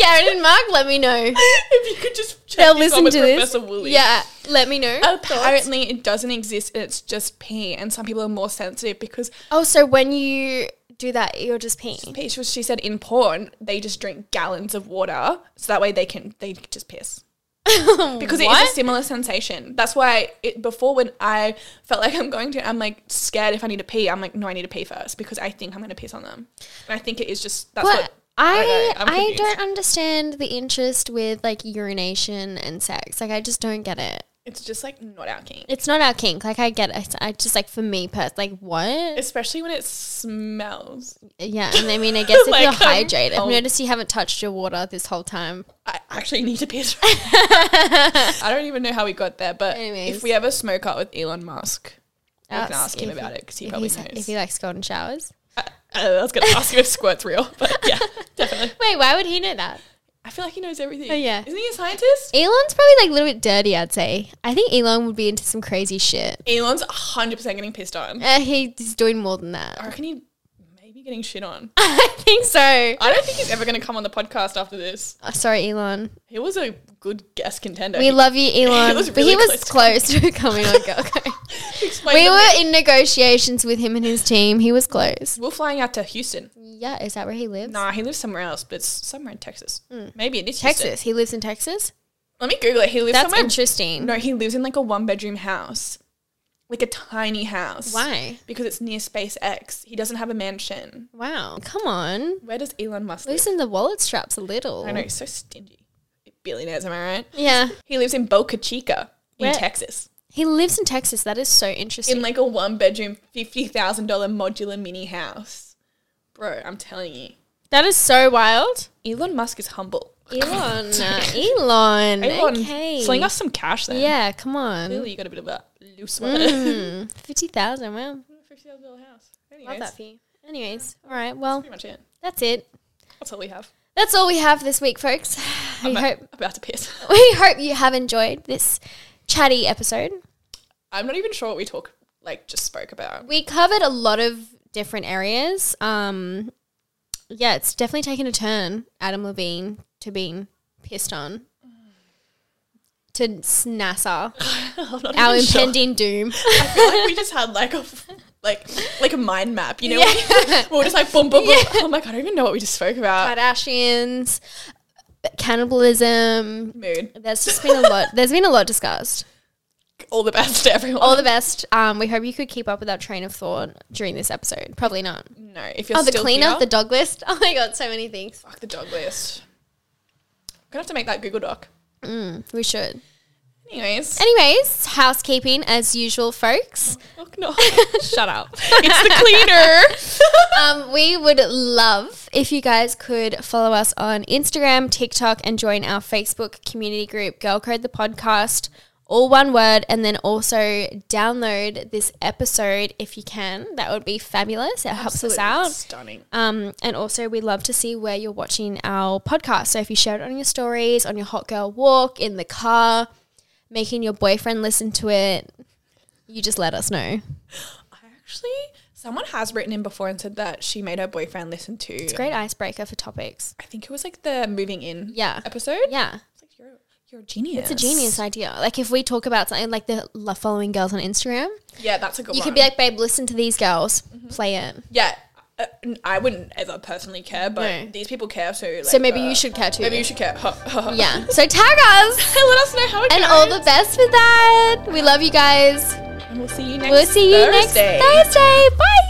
S1: Karen and Mark, let me know.
S2: if you could just check
S1: They'll
S2: this Um,
S1: listen
S2: on with
S1: to this.
S2: Professor Woolley.
S1: Yeah, let me know.
S2: Apparently, it doesn't exist, and it's just pee. And some people are more sensitive because
S1: Oh, so when you do that, you're just peeing.
S2: pee- she she said in porn they just drink gallons of water, so that way they can they just piss. because it is a similar sensation. That's why it, before when I felt like I'm going to, I'm like scared if I need to pee. I'm like, no, I need to pee first because I think I'm going to piss on them. And I think it is just that's
S1: But
S2: what
S1: I
S2: don't know. I'm
S1: I
S2: confused.
S1: don't understand the interest with like urination and sex. Like I just don't get it.
S2: it's just like not our king,
S1: It's not our kink. Like I get it. I just like for me, pers- like what?
S2: especially when it smells.
S1: Yeah, and I mean, I guess if
S2: Like,
S1: you're
S2: um,
S1: hydrated,
S2: oh.
S1: I've noticed you haven't touched your water this whole time.
S2: I actually need to piss. I don't even know how we got there, but
S1: Anyways.
S2: if we ever smoke out with Elon Musk, we can
S1: Ask
S2: ask him
S1: if
S2: about
S1: he-
S2: it because he
S1: If,
S2: probably
S1: he's,
S2: knows.
S1: if he likes golden showers.
S2: I, I was going to ask him if squirt's real, but yeah, definitely.
S1: Wait, why would he know that?
S2: I feel like he knows everything.
S1: Oh, yeah.
S2: isn't he a scientist?
S1: Elon's probably like a little bit dirty, I'd say. I think Elon would be into some crazy shit.
S2: Elon's 100% getting pissed on.
S1: Uh, he's doing more than that.
S2: I reckon he may be getting shit on.
S1: I think so.
S2: I don't think he's ever going to come on the podcast after this.
S1: Oh, sorry, Elon.
S2: He was a good guest contender.
S1: We love you, Elon.
S2: was
S1: but he
S2: really
S1: was close to coming on Girl Code.
S2: He explained
S1: we
S2: that
S1: were in negotiations with him and his team. He was close.
S2: we- we're flying out to Houston.
S1: Yeah, is that where he lives?
S2: Nah, he lives somewhere else, but it's somewhere in Texas. Maybe it is Houston.
S1: Hmm. Texas. He lives in Texas?
S2: Let me Google it. He lives
S1: That's
S2: somewhere.
S1: interesting.
S2: no, he lives in like a one bedroom house, like a tiny house.
S1: Why?
S2: Because it's near SpaceX. He doesn't have a mansion.
S1: Wow. Come on.
S2: Where does Elon Musk live?
S1: Loosen the wallet straps a little.
S2: I know, he's so stingy. Billionaires, am I right?
S1: Yeah.
S2: He lives in Boca Chica in
S1: Where-
S2: Texas.
S1: He lives in Texas. That is so interesting.
S2: in like a one bedroom, fifty thousand dollar modular mini house. Bro, I'm telling you,
S1: that is so wild.
S2: Elon Musk is humble.
S1: Elon, uh, Elon,
S2: Elon,
S1: okay.
S2: Sling us some cash then.
S1: Yeah, come on.
S2: Clearly you got a bit of a loose one.
S1: Mm, 50,000. Wow.
S2: $50,000 house. Anyways,
S1: Love that for you. Anyways, all right. Well,
S2: pretty much it.
S1: that's it.
S2: That's all we have.
S1: That's all we have this week, folks. We
S2: I'm
S1: hope
S2: about to piss.
S1: we hope you have enjoyed this chatty episode.
S2: I'm not even sure what we talk like just spoke about.
S1: We covered a lot of different areas. Um, yeah, it's definitely taken a turn. Adam Levine to being pissed on
S2: Mm.
S1: to s- NASA,
S2: I'm not
S1: our
S2: even sure.
S1: impending doom.
S2: I feel like we just had like a like like a mind map, you know? we are just like boom, boom, boom. Oh my god, I don't even know what we just spoke about.
S1: Kardashians, cannibalism.
S2: Mood.
S1: There's just been a lot. There's been a lot discussed.
S2: All the best to everyone.
S1: All the best. Um, we hope you could keep up with that train of thought during this episode. Probably not.
S2: no, if you're
S1: Oh, the
S2: still
S1: cleaner,
S2: here,
S1: the dog list. Oh my god, so many things.
S2: fuck the dog list. I'm gonna have to make that Google Doc.
S1: We should.
S2: Anyways,
S1: Anyways, housekeeping as usual, folks.
S2: fuck no. Shut up. It's the cleaner.
S1: Um, we would love if you guys could follow us on Instagram, TikTok, and join our Facebook community group, Girl Code the Podcast, all one word, and then also download this episode if you can. That would be fabulous. It helps us out.
S2: Stunning.
S1: Um, and also, we'd love to see where you're watching our podcast. So if you share it on your stories, on your hot girl walk, in the car, making your boyfriend listen to it, you just let us know.
S2: I actually, someone has written in before and said that she made her boyfriend listen to.
S1: It's a great icebreaker for topics.
S2: I think it was like the moving in
S1: Yeah.
S2: episode.
S1: Yeah.
S2: It's like you're you're a genius.
S1: It's a genius idea. Like if we talk about something like the lo- following girls on Instagram,
S2: Yeah, that's a good
S1: you
S2: one.
S1: could be like, babe, listen to these girls,
S2: Mm-hmm.
S1: play it.
S2: yeah. uh, I wouldn't ever personally care, but
S1: No.
S2: these people care, so like,
S1: So maybe
S2: uh,
S1: you should care too.
S2: maybe you should care.
S1: yeah. So tag us
S2: Let us know how it
S1: and
S2: goes.
S1: all the best with that. We love you guys.
S2: and we'll see you next.
S1: We'll see you next
S2: Thursday.
S1: Thursday. Bye.